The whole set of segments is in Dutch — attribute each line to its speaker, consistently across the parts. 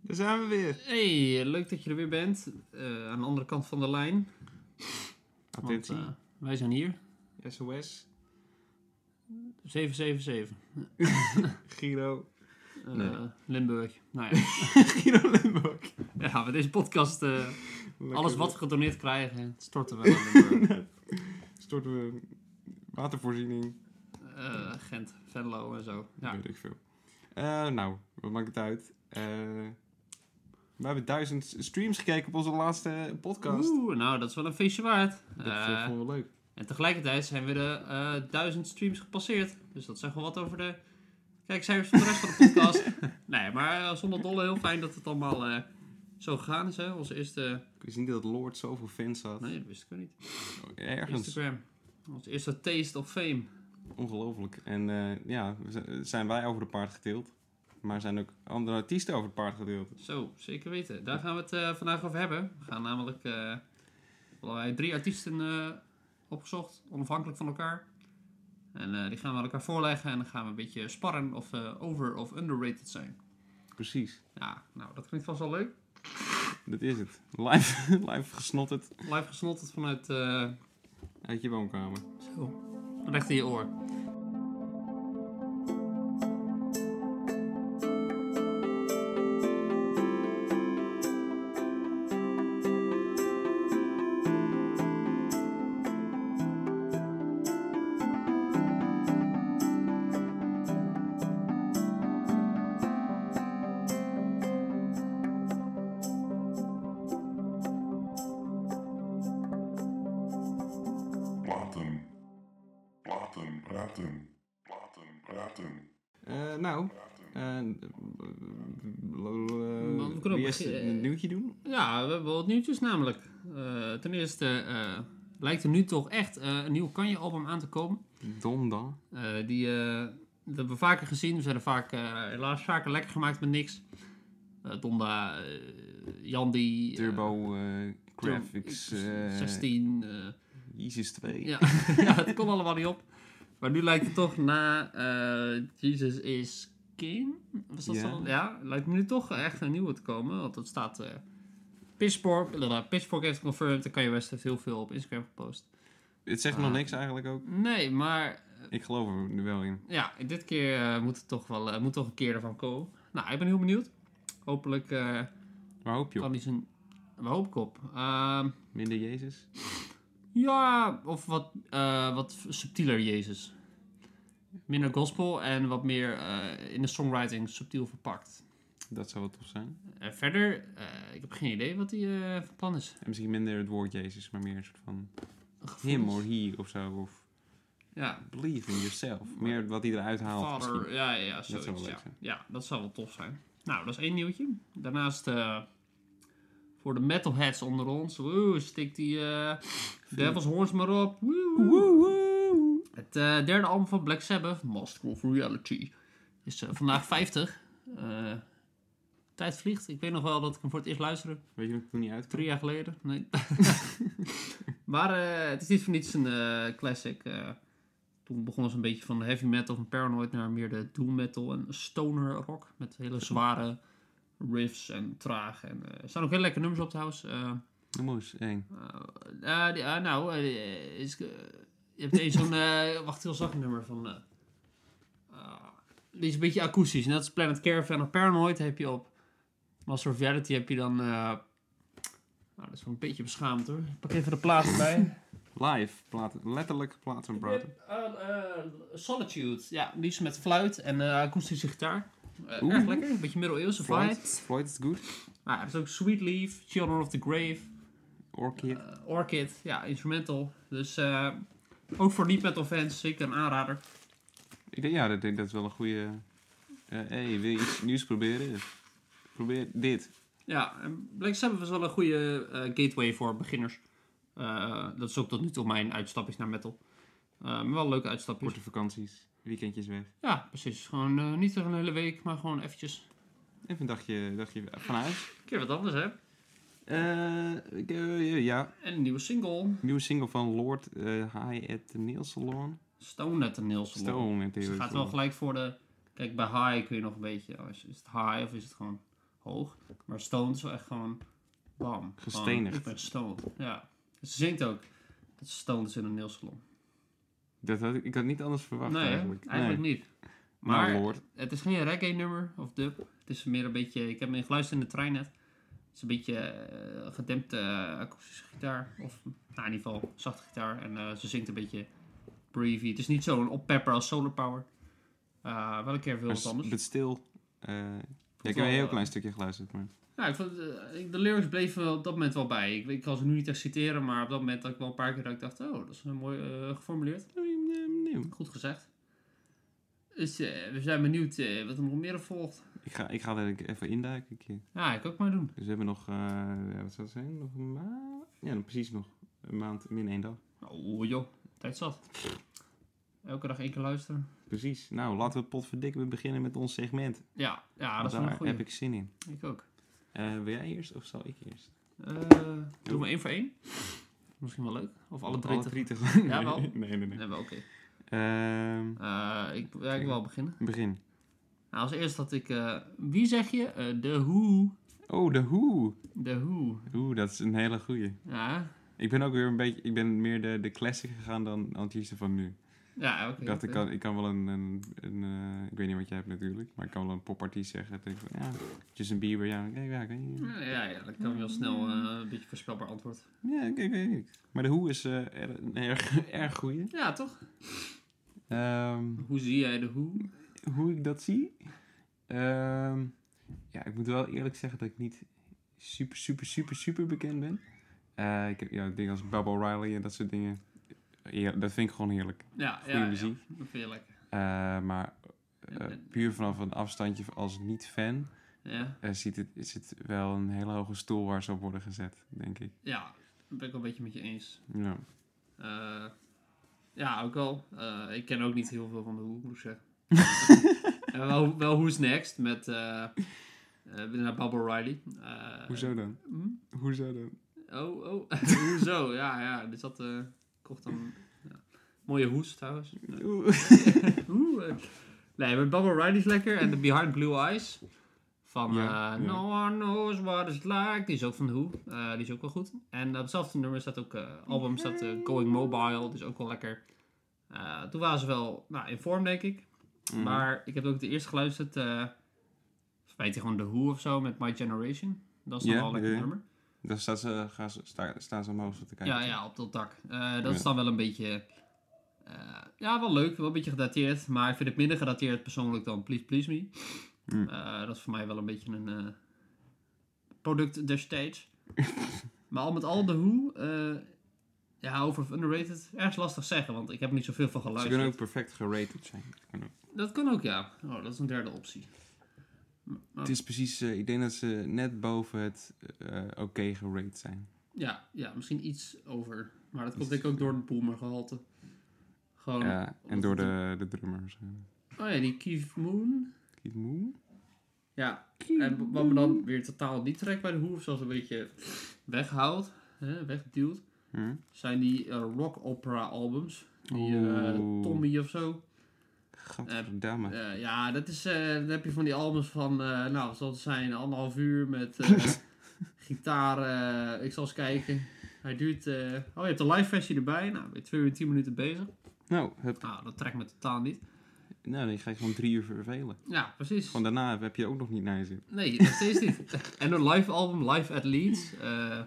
Speaker 1: Daar zijn we weer.
Speaker 2: Hey, leuk dat je er weer bent. Eh, aan de andere kant van de lijn. Want,
Speaker 1: Attentie.
Speaker 2: eh, wij zijn hier.
Speaker 1: eh, SOS,
Speaker 2: 777.
Speaker 1: Giro.
Speaker 2: Eh,
Speaker 3: Nee.
Speaker 2: Limburg. Nou ja.
Speaker 1: Giro Limburg.
Speaker 2: ja, met deze podcast. eh,
Speaker 1: Lekker
Speaker 2: alles wat
Speaker 1: weer.
Speaker 2: we gedoneerd krijgen, storten we aan Limburg.
Speaker 1: Storten we watervoorziening,
Speaker 2: Eh, Gent, Venlo en zo. Ja.
Speaker 1: weet ik veel. Eh, nou, wat maakt het uit? Eh, we hebben duizend streams gekeken op onze laatste podcast.
Speaker 2: Oeh, nou, dat is wel een feestje waard.
Speaker 1: Dat
Speaker 2: Eh,
Speaker 1: eh, vonden we leuk.
Speaker 2: en tegelijkertijd zijn we de eh duizend streams gepasseerd. Dus dat zegt wel wat over de kijkcijfers van de rest van de podcast. nee, maar eh, zonder dolle heel fijn dat het allemaal eh, zo gegaan is. Hè? Onze eerste...
Speaker 1: Ik wist niet dat Lord zoveel fans had.
Speaker 2: Nee, dat wist ik ook niet.
Speaker 1: Ergens.
Speaker 2: Instagram. Onze eerste taste of fame.
Speaker 1: Ongelooflijk. En eh, ja, we zi- zijn wij over de paard gedeeld. Maar zijn ook andere artiesten over het paard gedeeld.
Speaker 2: Zo, zeker weten. Daar gaan we het eh, vandaag over hebben. We gaan namelijk eh, allerlei drie artiesten eh, opgezocht, onafhankelijk van elkaar. En eh, die gaan we aan elkaar voorleggen en dan gaan we een beetje sparren of eh over- of underrated zijn.
Speaker 1: Precies.
Speaker 2: Ja, nou, dat klinkt vast wel leuk.
Speaker 1: Dat is het. Live, live gesnotterd
Speaker 2: Live gesnotterd vanuit eh,
Speaker 1: uit je woonkamer.
Speaker 2: zo, recht in je oor.
Speaker 4: Platen. Platen, praten. Platen, praten.
Speaker 1: Eh, nou, eh, eh, eh,
Speaker 2: Want we kunnen
Speaker 1: wie
Speaker 2: ook
Speaker 1: is het?
Speaker 2: beginnen.
Speaker 1: een nieuwtje doen?
Speaker 2: Ja, we hebben wel wat nieuwtjes namelijk. Eh, ten eerste eh, lijkt er nu toch echt eh, een nieuw Kanje-album aan te komen.
Speaker 1: Donda.
Speaker 2: Eh, die, eh, dat hebben we vaker gezien. We zijn er vaak, eh, helaas vaker lekker gemaakt met niks. Eh, Donda, eh, Jandi, eh,
Speaker 1: Turbo eh, Graphics eh,
Speaker 2: 16. eh,
Speaker 1: Yeezus 2.
Speaker 2: ja. ja, het kon allemaal niet op. Maar nu lijkt het toch na eh Jesus is King. Was dat
Speaker 1: Ja.
Speaker 2: zo? Ja, lijkt nu toch echt een nieuwe te komen. Want dat staat... eh Pitchfork, eh, Pitchfork heeft confirmed. En Kanye West heeft heel veel op Instagram gepost.
Speaker 1: Het zegt
Speaker 2: Ah.
Speaker 1: nog niks eigenlijk ook.
Speaker 2: Nee, maar
Speaker 1: Ik geloof er nu wel in.
Speaker 2: Ja, dit keer eh, moet het toch wel eh, moet toch een keer ervan komen. Nou, ik ben heel benieuwd. Hopelijk eh,
Speaker 1: Waar hoop je op?
Speaker 2: kan hij zijn... Waar hoop ik op? Ehm,
Speaker 1: Minder Jezus?
Speaker 2: ja, of wat, eh, wat subtieler Jezus. Minder gospel en wat meer eh, in de songwriting subtiel verpakt.
Speaker 1: Dat zou wel tof zijn.
Speaker 2: En verder, eh, ik heb geen idee wat hij eh, van plan is.
Speaker 1: En misschien minder het woord Jezus, maar meer een soort van
Speaker 2: Gevoelens.
Speaker 1: him or he of zo. Of
Speaker 2: Ja,
Speaker 1: believe in yourself. Meer wat hij eruit haalt
Speaker 2: vader.
Speaker 1: misschien.
Speaker 2: Ja, ja, ja,
Speaker 1: zou
Speaker 2: zoiets,
Speaker 1: wel leuk
Speaker 2: ja.
Speaker 1: zijn.
Speaker 2: ja, dat zou wel tof zijn. Nou, dat is één nieuwtje. Daarnaast, eh, voor de metalheads onder ons, woe, stik die eh, Devil's Horns maar op. Woe, woe. Het eh, derde album van Black Sabbath, Master of Reality, is eh, vandaag 50. Eh, tijd vliegt. Ik weet nog wel dat ik hem voor het eerst luisterde.
Speaker 1: Weet je wat ik toen niet uitkwam?
Speaker 2: Drie jaar geleden? Nee. maar eh, het is niet voor niets een eh, classic. eh. toen begonnen ze een beetje van heavy metal van Paranoid naar meer de doom metal en stoner rock. Met hele zware riffs en traag. En, eh, er staan ook heel lekkere nummers op trouwens. Eh,
Speaker 1: Noem eens één.
Speaker 2: eh, die- eh, nou, eh, is, eh, je hebt eens zo'n... eh, wacht, heel zacht nummer van... eh, ah, die is een beetje akoestisch. Net als Planet Caravan of Paranoid heb je op Master of Reality heb je dan... eh, nou, dat is wel een beetje beschaamd hoor. Ik Pak even de plaat erbij.
Speaker 1: Live. Platen, letterlijk platen praten.
Speaker 2: Eh, Solitude. Ja, die is met fluit en eh, akoestische gitaar. Eh,
Speaker 1: Oeh.
Speaker 2: erg lekker. Een beetje middeleeuwse vibe.
Speaker 1: Floyd. Floyd is good.
Speaker 2: Ah, er is ook Sweet Leaf, Children of the Grave.
Speaker 1: Orchid.
Speaker 2: Eh, Orchid, ja, instrumental. Dus eh, ook voor niet metal fans zeker een aanrader.
Speaker 1: Ik denk, ja, dat, dat is wel een goede. Hé, hey, wil je iets nieuws proberen? Probeer dit.
Speaker 2: Ja, en Black Sabbath is wel een goede eh, gateway voor beginners. Eh, dat is ook tot nu toe mijn uitstapjes naar metal. Eh, maar wel leuke uitstapjes.
Speaker 1: Korte vakanties, weekendjes weg.
Speaker 2: Ja, precies. Gewoon eh, niet een hele week, maar gewoon eventjes.
Speaker 1: Even een dagje, dagje van huis.
Speaker 2: Een keer wat anders, hè?
Speaker 1: Eh, ik, eh, ja,
Speaker 2: En een nieuwe single.
Speaker 1: nieuwe single van Lord eh, High at the Nail Salon.
Speaker 2: Stone at the Nail Salon.
Speaker 1: Stone at the
Speaker 2: Dus
Speaker 1: Nail
Speaker 2: het gaat wel
Speaker 1: Salon.
Speaker 2: gelijk voor de... Kijk, bij high kun je nog een beetje... oh, is, is het high of is het gewoon hoog. Maar stoned is wel echt gewoon bam.
Speaker 1: Gestenigd.
Speaker 2: Gewoon, Ik ben stoned. Ja. Ze zingt ook dat ze stoned is in een nailsalon.
Speaker 1: Dat had ik, ik had niet anders verwacht
Speaker 2: nee, hè?
Speaker 1: eigenlijk.
Speaker 2: eigenlijk, niet.
Speaker 1: Maar
Speaker 2: Maar
Speaker 1: Lord.
Speaker 2: het is geen reggae nummer of dub. Het is meer een beetje, ik heb me geluisterd in de trein net. Het is een beetje eh, gedempte eh, akoestische gitaar. Of nou, in ieder geval zachte gitaar. En eh, ze zingt een beetje breathy. Het is niet zo'n oppepper als Solar Power. Eh, wel een keer veel
Speaker 1: Maar
Speaker 2: wat
Speaker 1: s-
Speaker 2: anders.
Speaker 1: but still. eh, ja, ik heb
Speaker 2: wel,
Speaker 1: een heel
Speaker 2: eh,
Speaker 1: klein stukje geluisterd. Maar.
Speaker 2: Nou, ik vond, eh, ik- de lyrics bleven op dat moment wel bij. Ik, ik kan ze nu niet echt citeren, maar op dat moment had ik wel een paar keer dat ik dacht, oh, dat is een mooi eh, geformuleerd. Goed gezegd. Dus eh, we zijn benieuwd eh, wat er nog meer op volgt.
Speaker 1: Ik ga, ik ga er even induiken. Een keer.
Speaker 2: Ja, ik ook maar doen.
Speaker 1: Dus we hebben nog, eh, ja, wat zou het zijn? Nog een maand? Ja, nog precies nog een maand, min één dag.
Speaker 2: Oh joh, tijd zat. Elke dag één keer luisteren.
Speaker 1: Precies. Nou, laten we het potverdikken weer beginnen met ons segment.
Speaker 2: Ja, ja Ah, dat
Speaker 1: Want
Speaker 2: is wel een
Speaker 1: Daar
Speaker 2: goeie.
Speaker 1: heb
Speaker 2: Ik...
Speaker 1: ik zin in.
Speaker 2: ook.
Speaker 1: Eh, wil jij eerst of zal ik eerst?
Speaker 2: Eh doe maar één voor één. Misschien wel leuk. Of alle drie. te-
Speaker 1: tegelijk.
Speaker 2: Ja, wel.
Speaker 1: Nee, nee, nee. nee.
Speaker 2: Nee, wel oké.
Speaker 1: Ehm,
Speaker 2: Eh, ik, ja, ik wil wel beginnen.
Speaker 1: begin.
Speaker 2: Nou, als eerst had ik... eh, wie zeg je? Eh, de Who.
Speaker 1: Oh, de hoe.
Speaker 2: De Who.
Speaker 1: Oeh, dat is een hele goeie.
Speaker 2: Ja,
Speaker 1: Ik ben ook weer een beetje, ik ben meer de, de classic gegaan dan artiesten van nu.
Speaker 2: ja oké.
Speaker 1: Ik dacht, ik
Speaker 2: oké.
Speaker 1: kan, ik kan wel een, een, een, eh, ik weet niet wat jij hebt natuurlijk, maar ik kan wel een popartiest zeggen. Dat ik van, ja, Justin Bieber, ja, kijk, ja, kijk, ja.
Speaker 2: Ja, ja, dat kan wel snel eh, een beetje voorspelbaar antwoord.
Speaker 1: Ja, kijk, kijk, kijk. Maar de hoe is eh, er- een erg, erg goeie.
Speaker 2: Ja, toch?
Speaker 1: Ehm,
Speaker 2: Hoe zie jij de hoe?
Speaker 1: hoe ik dat zie? Ehm, ja, ik moet wel eerlijk zeggen dat ik niet super, super, super, super bekend ben. Eh, ik heb ja, dingen als Bob O'Reilly en dat soort dingen. Ja, dat vind ik gewoon heerlijk.
Speaker 2: Ja,
Speaker 1: Goeie
Speaker 2: ja,
Speaker 1: muziek.
Speaker 2: ja, dat vind je lekker.
Speaker 1: Eh, maar eh,
Speaker 2: En- en-
Speaker 1: puur vanaf een afstandje als niet-fan
Speaker 2: Ja,
Speaker 1: eh, ziet het, is het wel een hele hoge stoel waar ze op worden gezet, denk ik.
Speaker 2: ja, dat ben ik wel een beetje met je eens.
Speaker 1: Ja.
Speaker 2: Eh, ja, ook al. Eh, ik ken ook niet heel veel van de hoe, moet ik zeggen. Eh, wel, wel Who's Next met eh eh, naar Bob O'Reilly. Eh,
Speaker 1: Hoezo dan?
Speaker 2: hm?
Speaker 1: Hoezo dan?
Speaker 2: Oh, oh, hoezo? Ja, ja, dus dat eh kocht dan... ja. Mooie hoes trouwens. Oeh, eh. nee, maar Bubble Ride is lekker. En de Behind Blue Eyes. Van
Speaker 1: Ja,
Speaker 2: eh,
Speaker 1: ja.
Speaker 2: No One Knows What It's Like. Die is ook van The Who. Eh, die is ook wel goed. En op hetzelfde nummer staat ook... eh, album staat eh, Going Mobile. Dus ook wel lekker. Eh, toen waren ze wel nou, in vorm, denk ik.
Speaker 1: Mhm.
Speaker 2: Maar ik heb ook de eerste geluisterd... eh of weet je gewoon The Who of zo met My Generation. Dat is dan
Speaker 1: Ja,
Speaker 2: wel een lekker
Speaker 1: ja, ja.
Speaker 2: nummer.
Speaker 1: Dan staan ze, gaan ze, sta- staan ze omhoog zo te kijken.
Speaker 2: Ja, ja, op dat dak. Eh, dat is
Speaker 1: Ja.
Speaker 2: dan wel een beetje... eh, ja, wel leuk. Wel een beetje gedateerd. Maar ik vind het minder gedateerd persoonlijk dan Please Please Me.
Speaker 1: Hmm.
Speaker 2: Eh, dat is voor mij wel een beetje een eh, product destijds. maar al met al de hoe... eh, ja, over underrated. Ergens lastig zeggen, want ik heb er niet zoveel van
Speaker 1: Ze
Speaker 2: geluisterd.
Speaker 1: kunnen ook perfect gerated zijn. Ze kunnen ook-
Speaker 2: Dat kan ook, ja. Oh, dat is een derde optie. Maar-
Speaker 1: Het is precies, eh, ik denk dat ze net boven het eh, oké gerated zijn.
Speaker 2: Ja, ja, misschien iets over. Maar dat komt denk ik ook door het boomergehalte. Gewoon...
Speaker 1: Ja, en
Speaker 2: omdat
Speaker 1: door
Speaker 2: het-
Speaker 1: de, de drummer. zo.
Speaker 2: Oh ja, die Keith Moon...
Speaker 1: Keith Moon?
Speaker 2: Ja, en wat me dan weer totaal niet trekt bij de hoer, zoals een beetje weghoudt, hè, wegduwt,
Speaker 1: Hm?
Speaker 2: zijn die eh, rock opera albums. Die eh,
Speaker 1: Oeh.
Speaker 2: Tommy of zo.
Speaker 1: Gadverdamme.
Speaker 2: Eh, ja, dat is, eh, dan heb je van die albums van, eh nou, zal het zijn, anderhalf uur met eh, gitaar. eh, ik zal eens kijken. Hij duurt, eh, oh je hebt de live versie erbij. Nou, weer 2 uur en 10 minuten bezig.
Speaker 1: Nou, hup.
Speaker 2: Nou, dat trekt me totaal niet.
Speaker 1: nou, dan ga je gewoon drie uur vervelen.
Speaker 2: Ja, precies.
Speaker 1: Gewoon daarna heb je ook nog niet naar je zin.
Speaker 2: Nee, nog steeds niet. en een live album, Live at Leeds. eh,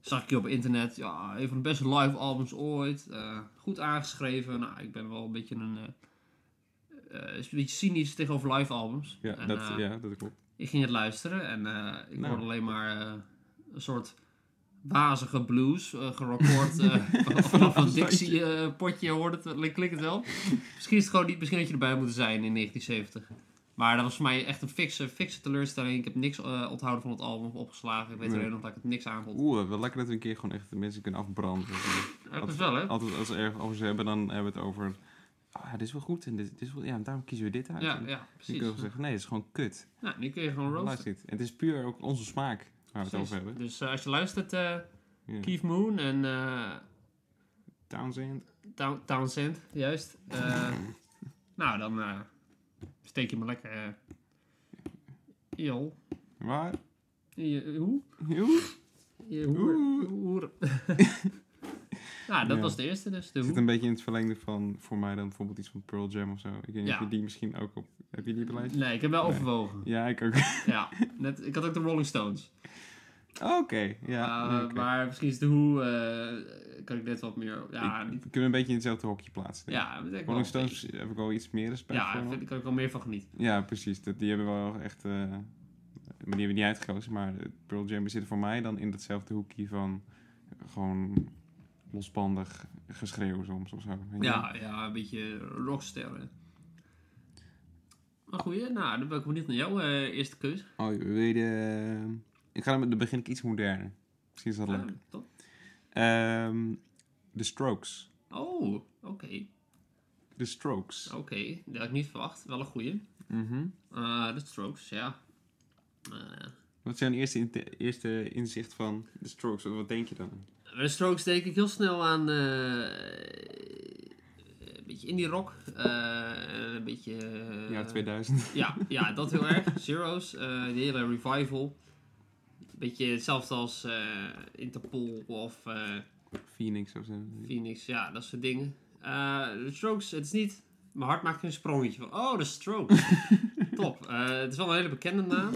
Speaker 2: zag ik hier op internet. Ja, een van de beste live albums ooit. Eh, goed aangeschreven. Nou, ik ben wel een beetje een... eh, eh, een beetje cynisch tegenover live albums.
Speaker 1: Ja,
Speaker 2: En,
Speaker 1: dat,
Speaker 2: eh,
Speaker 1: ja, dat klopt.
Speaker 2: Ik ging het luisteren en eh, ik
Speaker 1: Nou.
Speaker 2: hoorde alleen maar eh, een soort wazige blues, eh gerecord eh, vanaf een Dixie-potje hoorde het, ik klik het wel. misschien is het gewoon niet, misschien had je erbij moeten zijn in 1970. Maar dat was voor mij echt een fikse, fikse teleurstelling. Ik heb niks eh, onthouden van het album opgeslagen. Ik weet
Speaker 1: Nee.
Speaker 2: alleen nog dat ik het niks aanvond.
Speaker 1: Oeh, wel lekker dat we een keer gewoon echt de mensen kunnen afbranden.
Speaker 2: Ja, Dat is wel, hè?
Speaker 1: Altijd als ze erg over ze hebben, dan hebben we het over... Ah, dit is wel goed en dit, dit is wel... Ja, daarom kiezen we dit uit.
Speaker 2: Ja,
Speaker 1: En
Speaker 2: ja,
Speaker 1: Nu
Speaker 2: precies.
Speaker 1: kunnen we zeggen, nee, het is gewoon kut.
Speaker 2: Nou, nu kun je gewoon
Speaker 1: Luister
Speaker 2: roasten.
Speaker 1: dit. En het is puur ook onze smaak waar we het
Speaker 2: Precies.
Speaker 1: over hebben.
Speaker 2: Dus eh, als je luistert, eh
Speaker 1: Ja.
Speaker 2: Keith Moon en... eh,
Speaker 1: Townsend.
Speaker 2: Town- Townsend, juist. Eh, nou, dan eh, steek je me lekker. eh, jol.
Speaker 1: Ja. Waar?
Speaker 2: Je, hoe?
Speaker 1: Joe.
Speaker 2: Je hoer.
Speaker 1: Oeh.
Speaker 2: hoer. nou, dat
Speaker 1: Ja.
Speaker 2: was de eerste dus. De
Speaker 1: Het zit
Speaker 2: hoer.
Speaker 1: een beetje in het verlengde van, voor mij dan bijvoorbeeld iets van Pearl Jam of zo. Ik weet niet of
Speaker 2: Ja.
Speaker 1: je die misschien ook op... Heb je die op je lijst?
Speaker 2: Nee, ik heb wel
Speaker 1: Nee.
Speaker 2: overwogen.
Speaker 1: Ja, ik ook.
Speaker 2: Ja, net, ik had ook de Rolling Stones.
Speaker 1: Oké, ja.
Speaker 2: Eh,
Speaker 1: nee, oké.
Speaker 2: Maar misschien is de hoe, eh, kan ik net wat meer... Ja,
Speaker 1: Ik-
Speaker 2: niet,
Speaker 1: we kunnen een beetje in hetzelfde hokje plaatsen. denk ik.
Speaker 2: ja dat denk ik wel.
Speaker 1: Rolling Stones heb ik wel iets meer respect
Speaker 2: Ja,
Speaker 1: voor.
Speaker 2: daar
Speaker 1: man.
Speaker 2: vind ik ook wel meer van genieten.
Speaker 1: Ja, precies. Dat, die hebben wel echt... eh, maar die hebben we niet uitgekozen, maar eh, Pearl Jam zit voor mij dan in datzelfde hoekje van... Gewoon losbandig geschreeuw soms of zo. weet je?
Speaker 2: Ja, ja, een beetje rocksterren. Maar goed, nou, dan ben ik benieuwd naar jouw eh, eerste keus.
Speaker 1: Oh, wil je de... Ik ga hem, dan begin ik iets moderner. Misschien is dat leuk.
Speaker 2: Ah, top.
Speaker 1: Ehm, de Strokes.
Speaker 2: Oh, oké.
Speaker 1: De Strokes.
Speaker 2: Oké, dat had ik niet verwacht. Wel een goeie.
Speaker 1: Mhm.
Speaker 2: Eh, De Strokes, ja. Eh,
Speaker 1: Wat is jouw eerste, inte- eerste inzicht van de Strokes? Wat- Wat denk je dan?
Speaker 2: Bij de Strokes denk ik heel snel aan eh, een beetje indie rock. eh, een beetje... eh,
Speaker 1: ja, 2000.
Speaker 2: Ja, ja, dat heel erg. Zero's, eh de hele revival. Beetje hetzelfde als eh, Interpol of eh,
Speaker 1: Phoenix of zo.
Speaker 2: Phoenix. Ja, dat soort dingen. Eh, de Strokes, het is niet... Mijn hart maakt een sprongetje van... Oh, de Strokes. Top. Eh, het is wel een hele bekende naam.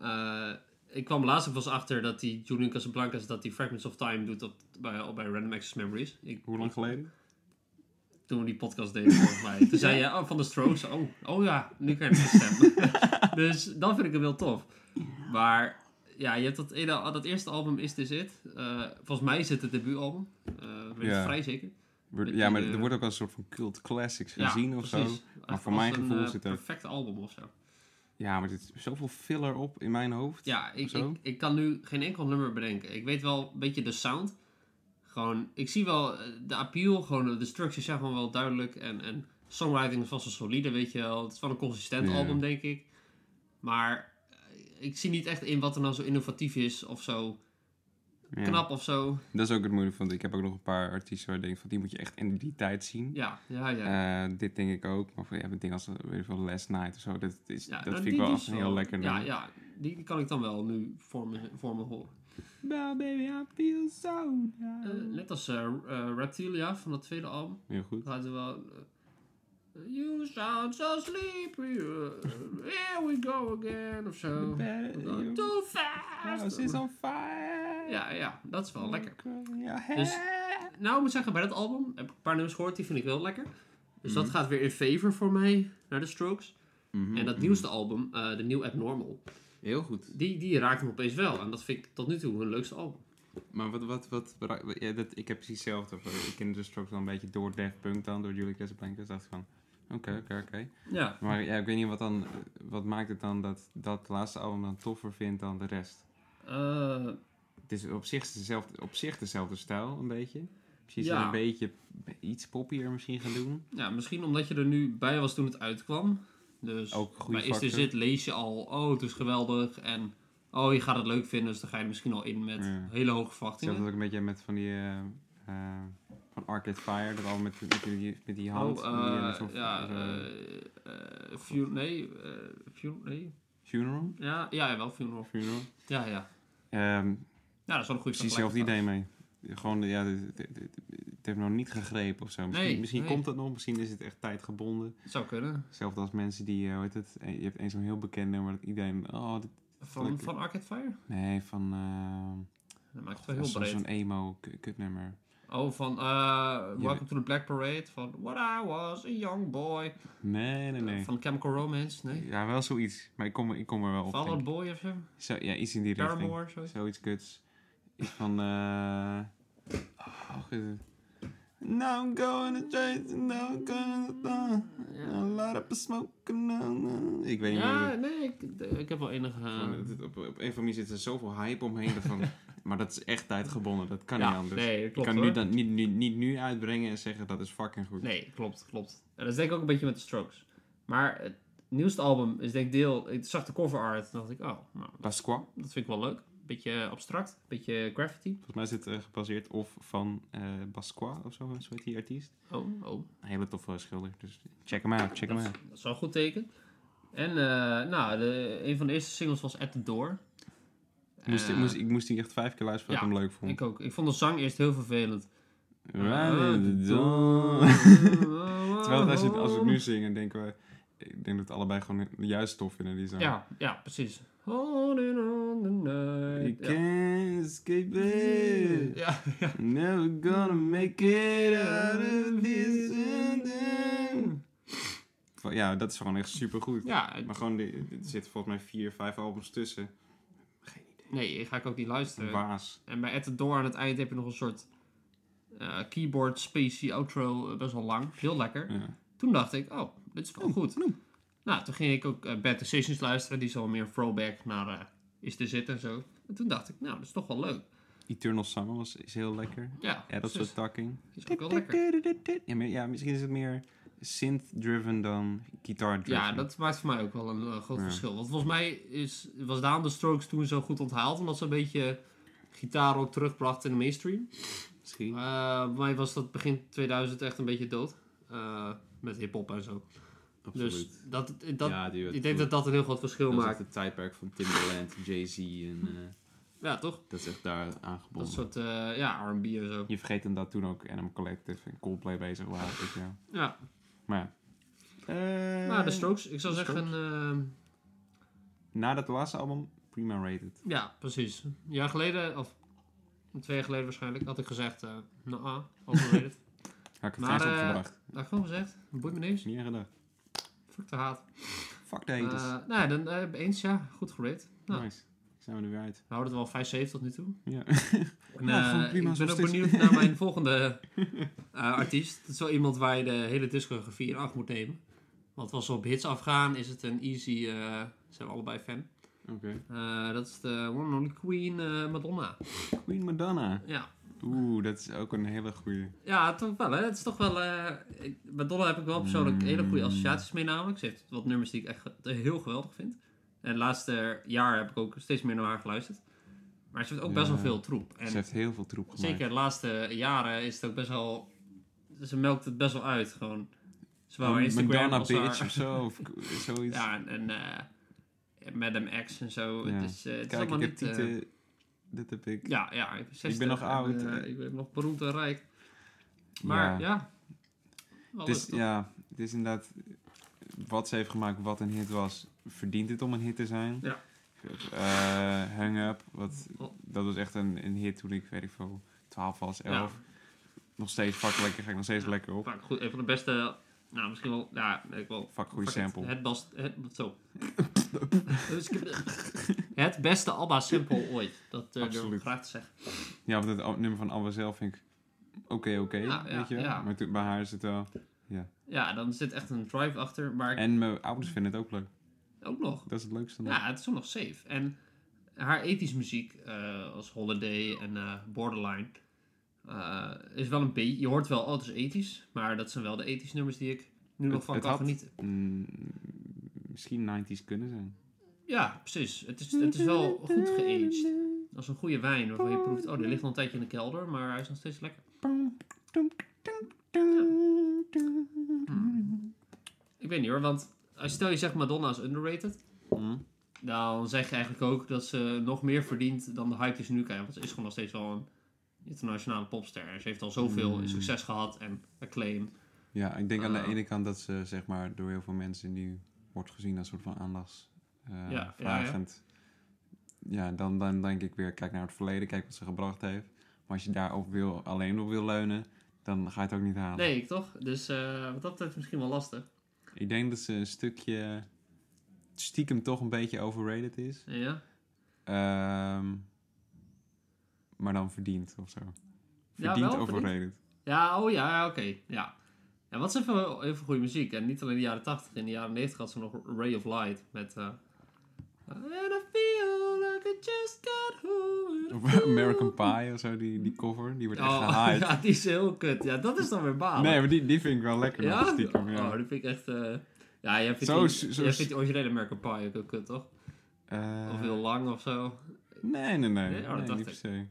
Speaker 2: Eh, ik kwam laatst ook wel eens achter dat die Julian Casablancas... dat die Fragments of Time doet op, bij, op, bij Random Access Memories. Ik,
Speaker 1: Hoe lang geleden?
Speaker 2: toen we die podcast deden, volgens mij. Toen zei je, oh, van de Strokes. Oh, oh ja, nu kan je het stemmen. dus dat vind ik hem heel tof. Maar ja, je hebt dat, ene, dat eerste album Is This It. Eh, volgens mij is het het debuutalbum. Eh weet
Speaker 1: Ja.
Speaker 2: ik vrij zeker.
Speaker 1: Wordt-
Speaker 2: Met
Speaker 1: Ja,
Speaker 2: die,
Speaker 1: maar
Speaker 2: eh,
Speaker 1: er wordt ook als een soort van cult classics gezien of zo. Maar voor mijn gevoel zit
Speaker 2: is
Speaker 1: er-
Speaker 2: het een eh, perfect album of zo.
Speaker 1: Ja, maar er zit zoveel filler op in mijn hoofd.
Speaker 2: Ja, ik,
Speaker 1: Zo?
Speaker 2: ik, ik kan nu geen enkel nummer bedenken. Ik weet wel een beetje de sound. Gewoon, ik zie wel eh, de appeal, gewoon de structures zijn gewoon wel duidelijk. En, en songwriting is vast wel solide, weet je wel. Het is wel een consistent
Speaker 1: Ja.
Speaker 2: album, denk ik. Maar eh, ik zie niet echt in wat er nou zo innovatief is of zo
Speaker 1: Ja.
Speaker 2: knap of zo.
Speaker 1: Dat is ook het moeilijke, want ik heb ook nog een paar artiesten waar ik denk van die moet je echt in die tijd zien.
Speaker 2: Ja, ja, ja.
Speaker 1: Eh, dit denk ik ook, maar voor, ja, dit ding als eh, weet ik veel, Last Night of zo, dat, is,
Speaker 2: ja
Speaker 1: dat
Speaker 2: nou,
Speaker 1: vind
Speaker 2: die-
Speaker 1: ik wel
Speaker 2: die
Speaker 1: echt
Speaker 2: is
Speaker 1: een heel lekker
Speaker 2: Ja,
Speaker 1: nummer.
Speaker 2: ja, die kan ik dan wel nu voor me, voor me horen.
Speaker 1: Well, baby, I feel so down.
Speaker 2: Eh, net als eh, eh, Reptilia van dat tweede album.
Speaker 1: Heel goed.
Speaker 2: Gaat er wel. eh, you sound so sleepy. eh, here we go again of zo.
Speaker 1: Better you-
Speaker 2: Too fast.
Speaker 1: House is on fire.
Speaker 2: oh, Ja, ja, dat is wel lekker.
Speaker 1: Ja,
Speaker 2: Dus- Nou, ik moet zeggen, bij dat album heb ik een paar nummers gehoord, die vind ik wel lekker. Dus dat gaat weer in favor voor mij naar de Strokes. En dat nieuwste album, eh The New Abnormal,
Speaker 1: Heel goed.
Speaker 2: die, die raakt me opeens wel. En dat vind ik tot nu toe hun leukste album.
Speaker 1: Maar wat, wat, wat, wat- ja, dat, ik heb precies hetzelfde. Of, eh, Ik ken de strokes wel een beetje door Daft Punk dan, door Julie Casablancas. dacht ik van, oké, oké, oké.
Speaker 2: Ja,
Speaker 1: Maar ja, ik weet niet wat dan, wat maakt het dan dat dat laatste album dan toffer vindt dan de rest?
Speaker 2: eh,
Speaker 1: Het is op zich dezelfde, op zich dezelfde stijl, een beetje. Precies
Speaker 2: Ja.
Speaker 1: een beetje iets poppier misschien gaan doen.
Speaker 2: ja misschien omdat je er nu bij was toen het uitkwam. Dus
Speaker 1: Ook een goede
Speaker 2: Maar is er
Speaker 1: factor.
Speaker 2: zit, lees je al, oh het is geweldig en oh je gaat het leuk vinden, dus dan ga je er misschien al in
Speaker 1: Ja.
Speaker 2: met hele hoge
Speaker 1: Hetzelfde
Speaker 2: verwachtingen.
Speaker 1: ook een beetje met van die... eh, eh, van Arcade Fire, dat al met, met, die, met die hand.
Speaker 2: Oh,
Speaker 1: die, eh,
Speaker 2: eh,
Speaker 1: met zo'n-
Speaker 2: ja,
Speaker 1: zo'n
Speaker 2: eh, eh, fu- nee, eh, fu- nee,
Speaker 1: funeral?
Speaker 2: ja, ja, wel funeral.
Speaker 1: Funeral?
Speaker 2: Ja, ja.
Speaker 1: Ehm,
Speaker 2: Ja, dat is wel een goede
Speaker 1: precies
Speaker 2: vergelijking
Speaker 1: hetzelfde idee mee. Gewoon, ja, dit- dit- dit- het heeft nog niet gegrepen of zo. Misschien,
Speaker 2: Nee,
Speaker 1: misschien
Speaker 2: nee.
Speaker 1: komt het nog, misschien is het echt tijdgebonden.
Speaker 2: trouwens. Zou kunnen.
Speaker 1: Hetzelfde als mensen die, eh, hoe heet het, eh, je hebt eens zo'n heel bekend nummer dat iedereen, oh, dit-
Speaker 2: Van, van Arcade Fire?
Speaker 1: nee, van, eh,
Speaker 2: Dat maakt het wel heel
Speaker 1: zo'n-
Speaker 2: breed.
Speaker 1: zo'n emo k- kutnummer.
Speaker 2: Oh, van eh Welcome to the Black Parade, van What I Was, a Young Boy,
Speaker 1: Nee, nee, nee.
Speaker 2: van Chemical Romance, nee.
Speaker 1: Ja, wel zoiets, maar ik kom, er- ik kom er wel op.
Speaker 2: Fall
Speaker 1: denk
Speaker 2: Out
Speaker 1: ik.
Speaker 2: Boy of zo?
Speaker 1: Zo, ja, iets in die richting.
Speaker 2: Paramore, zoiets.
Speaker 1: Zoiets kuts. Iets van, eh oh, goed. Now I'm going to chase, now I'm going to...
Speaker 2: Ja.
Speaker 1: Light up a smoke and I'll- Ik weet niet meer.
Speaker 2: Ja, nee, ik, ik heb wel enige...
Speaker 1: Gewoon, het- het- Op, op een of andere manier zit er zoveel hype omheen. Ervan. maar dat is echt tijdgebonden. Dat kan niet anders.
Speaker 2: eh, Nee,
Speaker 1: je
Speaker 2: klopt
Speaker 1: kan
Speaker 2: hoor.
Speaker 1: nu, dat, niet, nu, niet nu uitbrengen en zeggen dat is fucking goed.
Speaker 2: Nee, klopt, klopt. En dat is denk ik ook een beetje met de Strokes. Maar het nieuwste album is denk ik deel... Ik zag de cover art en dacht ik, oh, nou,
Speaker 1: Pasqua,
Speaker 2: dat vind ik wel leuk. Beetje abstract, beetje graffiti.
Speaker 1: volgens mij is het eh, gebaseerd of van eh Basqua of zo, zo heet die artiest.
Speaker 2: Oh, oh,
Speaker 1: Een hele toffe schilder, dus check hem out, check hem
Speaker 2: dat is,
Speaker 1: out.
Speaker 2: dat is wel een goed teken. En eh, nou, de, een van de eerste singles was At The Door.
Speaker 1: Ik moest, ik,
Speaker 2: Eh,
Speaker 1: moest, ik moest die echt vijf keer luisteren wat ik
Speaker 2: Ja,
Speaker 1: hem leuk vond.
Speaker 2: Ik Oh, ook. Ik vond de zang eerst heel vervelend.
Speaker 1: Right in the dawn. Terwijl als, je, als we het nu zingen, denken we... Ik denk dat we allebei gewoon de juiste stof vinden die zijn.
Speaker 2: Ja, ja, precies. Holding on the
Speaker 1: You
Speaker 2: night. Ja.
Speaker 1: can't escape it.
Speaker 2: Ja, ja.
Speaker 1: Never gonna make it out of this. ending. Van- Ja, dat is gewoon echt supergoed.
Speaker 2: Ja,
Speaker 1: Maar gewoon, die- er zitten volgens mij vier, vijf albums tussen. Geen idee.
Speaker 2: nee, ga ik ook niet luisteren.
Speaker 1: Waas.
Speaker 2: En bij At The Door aan het eind heb je nog een soort eh, keyboard spacey outro, eh, best wel lang. Heel lekker.
Speaker 1: Ja.
Speaker 2: Toen dacht ik, oh, dit is wel goed. Nou, toen ging ik ook eh, Bad Decisions luisteren. Die is al meer een throwback naar eh, Is This It en zo. En toen dacht ik, nou, dat is toch wel leuk.
Speaker 1: Eternal Summer was, is heel lekker.
Speaker 2: Ja,
Speaker 1: Adults
Speaker 2: precies.
Speaker 1: are talking.
Speaker 2: Is ook wel lekker.
Speaker 1: Ja, maar- ja, misschien is het meer synth-driven dan guitar-driven.
Speaker 2: Ja, dat maakt voor mij ook wel een eh, groot
Speaker 1: Ja.
Speaker 2: verschil. Want volgens mij is, was daarom de Strokes toen zo goed onthaald. Omdat ze een beetje gitaar ook terugbrachten in de mainstream.
Speaker 1: Misschien.
Speaker 2: Eh, bij mij was dat begin 2000 echt een beetje dood. Eh, met hip-hop en zo.
Speaker 3: Absoluut.
Speaker 2: Dus dat, dat,
Speaker 3: ja, die werd
Speaker 2: ik denk dat dat een heel groot verschil
Speaker 3: dat is echt
Speaker 2: maakt.
Speaker 3: het tijdperk van Timbaland, Jay-Z en eh,
Speaker 2: Ja, toch?
Speaker 3: dat is echt daar
Speaker 2: Dat
Speaker 3: aangebonden.
Speaker 2: soort eh, ja, RB en zo.
Speaker 1: Je vergeet hem dat toen ook Adam Collective en Coldplay bezig waren. weet je wel.
Speaker 2: Ja,
Speaker 1: Maar ja. Eh,
Speaker 2: maar de Strokes. Ik zou
Speaker 1: de
Speaker 2: zeggen, eh,
Speaker 1: Na dat laatste album, prima rated.
Speaker 2: ja, precies. Een jaar geleden, of twee jaar geleden waarschijnlijk, had ik gezegd, eh nou, ah, overrated.
Speaker 1: Had ik het
Speaker 2: Maar,
Speaker 1: vijf
Speaker 2: eh,
Speaker 1: opgebracht.
Speaker 2: nou, gewoon gezegd, boeit me niks.
Speaker 1: Niet aan gedacht.
Speaker 2: Fuck de haat.
Speaker 1: Fuck de
Speaker 2: Eh
Speaker 1: haters.
Speaker 2: nou, ja, dan eh, eens, ja, goed gerate. Nou,
Speaker 1: nice. Zijn we er weer uit.
Speaker 2: we houden het wel 75 tot nu toe.
Speaker 1: Ja.
Speaker 2: En,
Speaker 1: Ja,
Speaker 2: eh,
Speaker 1: gewoon prima, zoals
Speaker 2: ik ben ook
Speaker 1: het is.
Speaker 2: benieuwd naar mijn volgende eh, artiest. Het is wel iemand waar je de hele discografie in acht moet nemen. Want als we op hits afgaan, is het een easy... eh, zijn we allebei fan.
Speaker 1: Oké.
Speaker 2: Eh, dat is de One and Only Queen eh, Madonna.
Speaker 1: Queen Madonna.
Speaker 2: Ja.
Speaker 1: Oeh, dat is ook een hele goede.
Speaker 2: ja, toch wel. Hè? Het is toch wel... eh, ik- Madonna heb ik wel persoonlijk hele goede associaties mee namelijk. Ze heeft wat nummers die ik echt ge- heel geweldig vind. En het laatste jaar heb ik ook steeds meer naar haar geluisterd. Maar ze heeft ook best
Speaker 1: Ja.
Speaker 2: wel veel troep. En
Speaker 1: Ze heeft heel veel troep gemaakt.
Speaker 2: Zeker de laatste jaren is het ook best wel. Ze melkt het best wel uit. Gewoon. Zowel haar
Speaker 1: Een
Speaker 2: Instagram
Speaker 1: Madonna
Speaker 2: als haar-
Speaker 1: bitch of zo. Of k- zoiets.
Speaker 2: Ja, en, en eh, Madame X en zo.
Speaker 1: Ja.
Speaker 2: Het is, eh, het is
Speaker 1: Kijk,
Speaker 2: allemaal
Speaker 1: ik heb
Speaker 2: niet. eh,
Speaker 1: tieten. Dit heb ik.
Speaker 2: ja, ja, ik ben, 60
Speaker 1: nog
Speaker 2: en,
Speaker 1: oud,
Speaker 2: eh,
Speaker 1: eh.
Speaker 2: ik ben nog beroemd en rijk. Maar ja. wel
Speaker 1: Het is,
Speaker 2: leuk, toch?
Speaker 1: ja, het is inderdaad wat ze heeft gemaakt, wat een hit was. Verdient het om een hit te zijn?
Speaker 2: Ja.
Speaker 1: Eh, hang Up, wat,
Speaker 2: Oh.
Speaker 1: dat was echt een, een hit toen ik, weet ik veel, 12 was, 11. Nog steeds fuck lekker, ga ik nog steeds lekker op.
Speaker 2: Nou, Vaak goed, een van de beste. Nou, misschien wel. Ja, weet ik wel.
Speaker 1: Fuck goede
Speaker 2: Fuck it.
Speaker 1: sample.
Speaker 2: Het, best, het, zo. Dus ik- het beste Abba sample ooit. Dat eh durf ik
Speaker 1: Absoluut.
Speaker 2: graag te zeggen.
Speaker 1: Ja, want het al- nummer van Abba zelf vind ik oké, oké,
Speaker 2: Ja, ja,
Speaker 1: weet je wel.
Speaker 2: ja.
Speaker 1: Maar toen- bij haar is het wel...
Speaker 2: Ja, dan zit echt een drive achter. Maar
Speaker 1: En mijn ouders vinden het ook leuk.
Speaker 2: ook nog.
Speaker 1: Dat is het leukste. nog.
Speaker 2: Ja, het is ook nog safe. En haar ethisch muziek, eh, als Holiday en eh, Borderline, eh, is wel een beetje... Je hoort wel, oh, het is ethisch. Maar dat zijn wel de ethische nummers die ik nu nog
Speaker 1: Het-
Speaker 2: van
Speaker 1: het
Speaker 2: kan
Speaker 1: had-
Speaker 2: genieten.
Speaker 1: Mm, misschien 90s kunnen zijn.
Speaker 2: Ja, precies. Het is, het is wel goed geaged. Dat is een goede wijn waarvan je proeft, oh, die ligt al een tijdje in de kelder, maar hij is nog steeds lekker. Ik weet niet hoor, want als stel je zegt Madonna is underrated,
Speaker 1: Mm.
Speaker 2: Dan zeg je eigenlijk ook dat ze nog meer verdient dan de hype die ze nu krijgt. Want ze is gewoon nog steeds wel een internationale popster. En ze heeft al zoveel
Speaker 1: Mm.
Speaker 2: succes gehad en acclaim.
Speaker 1: Ja, ik denk aan de
Speaker 2: Ah.
Speaker 1: ene kant dat ze zeg maar door heel veel mensen nu wordt gezien als een soort van
Speaker 2: Ja, ja, ja.
Speaker 1: aandachtsvragend. ja, dan, dan denk ik weer, kijk naar het verleden, kijk wat ze gebracht heeft. Maar als je daarop wil, alleen op wil leunen, dan ga je het ook niet halen.
Speaker 2: Nee, ik toch? Dus eh, wat dat betreft misschien wel lastig.
Speaker 1: Ik denk dat ze een stukje stiekem toch een beetje overrated is.
Speaker 2: Ja,
Speaker 1: Ehm, maar dan verdiend of zo. Verdiend
Speaker 2: wel
Speaker 1: overrated.
Speaker 2: ja oh ja, ja, oké. Ja. En wat ze heeft wel heel veel goede muziek. En niet alleen in de jaren 80. In de jaren 90 had ze nog Ray of Light met... eh, And I feel like I just got home.
Speaker 1: Of American Pie of zo, die, die cover. Die wordt echt
Speaker 2: Oh,
Speaker 1: gehaaid.
Speaker 2: ja, die is heel kut. Ja, dat is dan weer balen.
Speaker 1: Nee, maar die, die vind ik wel lekker nog
Speaker 2: Ja?
Speaker 1: stiekem. Ja.
Speaker 2: Oh, dat vind ik echt... eh, Ja, jij vindt,
Speaker 1: Zo
Speaker 2: die,
Speaker 1: s- zo
Speaker 2: jij
Speaker 1: s-
Speaker 2: vindt die originele American Pie ook heel kut, toch?
Speaker 1: Eh,
Speaker 2: Of heel lang of zo.
Speaker 1: Nee, nee, nee.
Speaker 2: Nee? Oh, dat
Speaker 1: nee,
Speaker 2: dacht
Speaker 1: niet
Speaker 2: ik.
Speaker 1: per se.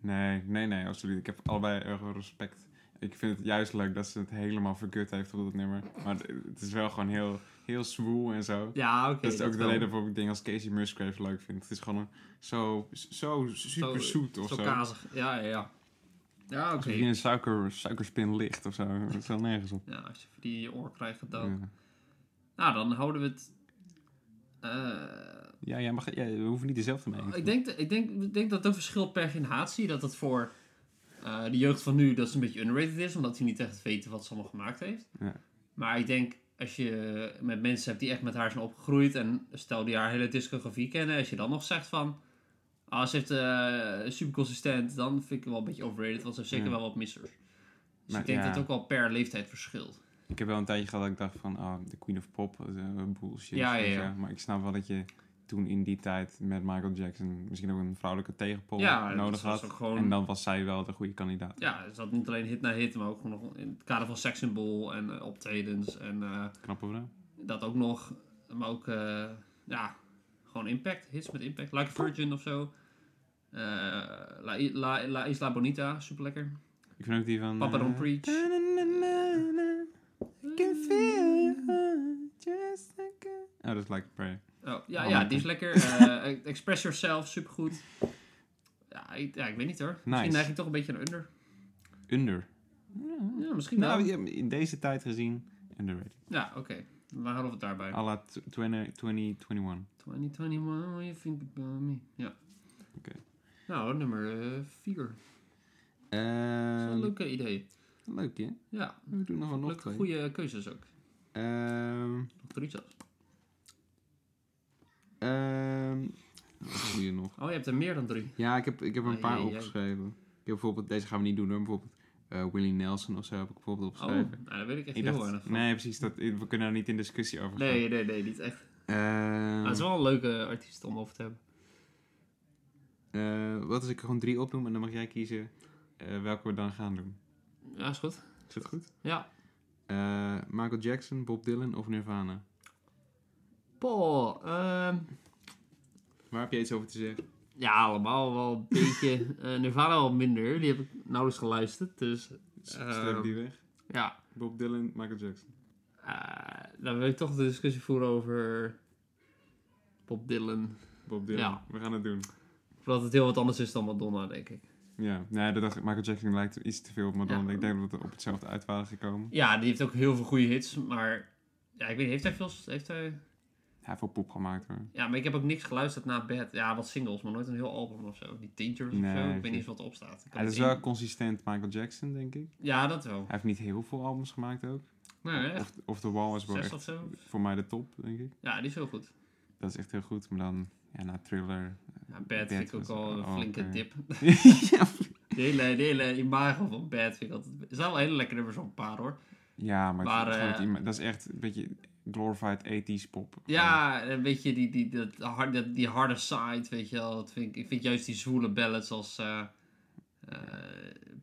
Speaker 1: Nee, nee, nee, absoluut. Ik heb allebei erg veel respect. Ik vind het juist leuk dat ze het helemaal verkut heeft op dat nummer. Maar het- het is wel gewoon heel, heel swoel en zo.
Speaker 2: Ja, oké.
Speaker 1: dat is ook de
Speaker 2: wel.
Speaker 1: reden waarom ik dingen als Casey Musgraves leuk vind. Het is gewoon een- zo, zo super
Speaker 2: Zo-
Speaker 1: zoet of
Speaker 2: Zo
Speaker 1: zo.
Speaker 2: kazig. Ja, ja, ja. Ja, oké.
Speaker 1: Alsof je in een suiker, suikerspin ligt of zo. Het is wel nergens op.
Speaker 2: Ja, als je die in je oor krijgt, dan...
Speaker 1: Ja.
Speaker 2: Nou, dan houden we het... eh,
Speaker 1: Ja, jij mag, ja, we hoeven niet dezelfde mee.
Speaker 2: ik, denk, dat- ik, denk, ik denk dat het ook verschilt per generatie. Dat dat voor eh, de jeugd van nu dat ze een beetje underrated is. Omdat hij niet echt weten wat ze allemaal gemaakt heeft.
Speaker 1: Ja.
Speaker 2: Maar ik denk, als je met mensen hebt die echt met haar zijn opgegroeid. En stel die haar hele discografie kennen. Als je dan nog zegt van... Ah, ze heeft eh, super consistent. Dan vind ik het wel een beetje overrated. Want ze heeft zeker
Speaker 1: Ja.
Speaker 2: wel wat missers. Dus
Speaker 1: Maar
Speaker 2: ik denk
Speaker 1: ja.
Speaker 2: dat het ook wel per leeftijd verschilt.
Speaker 1: Ik heb wel een tijdje gehad dat ik dacht van, oh, de Queen of Pop, eh, bullshit.
Speaker 2: Ja, ja,
Speaker 1: weet je.
Speaker 2: ja.
Speaker 1: Maar ik snap wel dat je toen in die tijd met Michael Jackson misschien ook een vrouwelijke tegenpol
Speaker 2: Ja, dat
Speaker 1: nodig
Speaker 2: was
Speaker 1: had.
Speaker 2: ook gewoon-
Speaker 1: En dan was zij wel de goede kandidaat.
Speaker 2: Ja, er zat niet alleen hit na hit, maar ook gewoon nog in het kader van sekssymbool en eh, optredens en eh,
Speaker 1: Knappe vrouw.
Speaker 2: dat ook nog. Maar ook, eh, ja, gewoon impact, hits met impact. Like a Virgin of zo. Eh, La, La, La Isla Bonita, super lekker.
Speaker 1: Ik vind ook die van...
Speaker 2: Papa
Speaker 1: eh,
Speaker 2: Don't Preach.
Speaker 1: Ta-na-na-na-na, I can feel your heart, just like a- Oh, dat is Like a Prayer.
Speaker 2: Oh, ja,
Speaker 1: Oh,
Speaker 2: ja,
Speaker 1: lekker.
Speaker 2: die is lekker. Eh, express Yourself, supergoed. Ja ik, ja, ik weet niet hoor. Misschien
Speaker 1: Nice.
Speaker 2: neig ik toch een beetje naar under.
Speaker 1: Under.
Speaker 2: Ja, misschien wel.
Speaker 1: Nou, je hebt in deze tijd gezien, underrated.
Speaker 2: Ja, oké. We houden we het daarbij.
Speaker 1: A la tw- 20 2021.
Speaker 2: 2021, what you think about me. Ja.
Speaker 1: Oké.
Speaker 2: Nou, nummer 4.
Speaker 3: Ehm,
Speaker 2: Zo'n leuke idee.
Speaker 3: leuk, hè?
Speaker 2: Ja,
Speaker 3: We doen nog wel nog
Speaker 2: leuke
Speaker 3: twee.
Speaker 2: goede keuzes ook.
Speaker 3: Ehm,
Speaker 2: Nog drie zelfs.
Speaker 3: ehm, wat doe je nog?
Speaker 2: Oh, je hebt er meer dan drie.
Speaker 3: Ja, ik heb, ik heb er een
Speaker 2: Ai,
Speaker 3: paar
Speaker 2: ai, ai.
Speaker 3: opgeschreven. Ik heb bijvoorbeeld, deze gaan we niet doen hoor, bijvoorbeeld eh, Willie Nelson of zo heb ik bijvoorbeeld
Speaker 2: Oh,
Speaker 3: opgeschreven.
Speaker 2: nou, daar weet ik echt
Speaker 1: Ik
Speaker 2: heel
Speaker 1: dacht-
Speaker 2: weinig van.
Speaker 1: nee, precies. Dat,
Speaker 3: eh,
Speaker 1: we kunnen daar niet in discussie over gaan.
Speaker 2: nee, nee, nee, niet echt.
Speaker 3: Ehm,
Speaker 2: Maar het is wel een leuke artiest om over te hebben.
Speaker 3: eh,
Speaker 1: Wat als ik er gewoon drie opnoem en dan mag jij kiezen eh, welke we dan gaan doen?
Speaker 2: Ja, is goed.
Speaker 1: Is dat goed?
Speaker 2: Ja.
Speaker 3: eh, Michael Jackson, Bob Dylan of Nirvana?
Speaker 2: Paul, ehm,
Speaker 3: Waar heb je iets over te zeggen?
Speaker 2: ja, allemaal wel een beetje. Eh, Nirvana wel minder. Die heb ik nauwelijks geluisterd. Dus
Speaker 1: Stel
Speaker 2: Ehm.
Speaker 1: ik die weg.
Speaker 2: ja,
Speaker 1: Bob Dylan, Michael Jackson.
Speaker 2: Eh, dan wil ik toch de discussie voeren over Bob Dylan.
Speaker 1: Bob Dylan.
Speaker 2: Ja.
Speaker 1: We gaan het doen.
Speaker 2: Voordat het heel wat anders is dan Madonna, denk ik.
Speaker 1: Ja, nee, dat dacht ik. Michael Jackson lijkt iets te veel op Madonna.
Speaker 2: Ja.
Speaker 1: Ik denk dat we op hetzelfde uit waren gekomen.
Speaker 2: Ja, die heeft ook heel veel goede hits, maar... Ja, ik weet niet, heeft hij veel... Heeft hij...
Speaker 1: Hij heeft wel poep gemaakt hoor.
Speaker 2: Ja, maar ik heb ook niks geluisterd na bed. Ja, wat singles, maar nooit een heel album of zo. Die Tinters
Speaker 1: Nee,
Speaker 2: of zo, ik weet
Speaker 1: precies.
Speaker 2: niet eens wat erop staat. Ik kan
Speaker 1: Hij is
Speaker 2: niet
Speaker 1: wel
Speaker 2: één-
Speaker 1: consistent Michael Jackson, denk ik.
Speaker 2: Ja, dat wel.
Speaker 1: Hij heeft niet heel veel albums gemaakt ook.
Speaker 2: Nee, echt.
Speaker 1: Of, of The Wall is wel
Speaker 2: Zes
Speaker 1: echt
Speaker 2: of zo.
Speaker 1: voor mij de top, denk ik.
Speaker 2: Ja, die is heel goed.
Speaker 1: Dat is echt heel goed. Maar dan, ja, na Thriller.
Speaker 2: Ja, Bad vind ik ook
Speaker 1: was-
Speaker 2: al een
Speaker 1: oh,
Speaker 2: flinke
Speaker 1: oké.
Speaker 2: dip.
Speaker 1: ja,
Speaker 2: De hele, de hele imago van Bad vind ik altijd... Er zijn wel hele lekkere nummers op een paar, hoor.
Speaker 1: Ja, maar, het-
Speaker 2: Maar,
Speaker 1: het is gewoon
Speaker 2: eh,
Speaker 1: het ima- dat is echt een beetje glorified 80s pop.
Speaker 2: Ja, een beetje die, die, dat hard, dat, die harde side, weet je wel. Dat vind ik, ik vind juist die zwoele ballads als eh eh,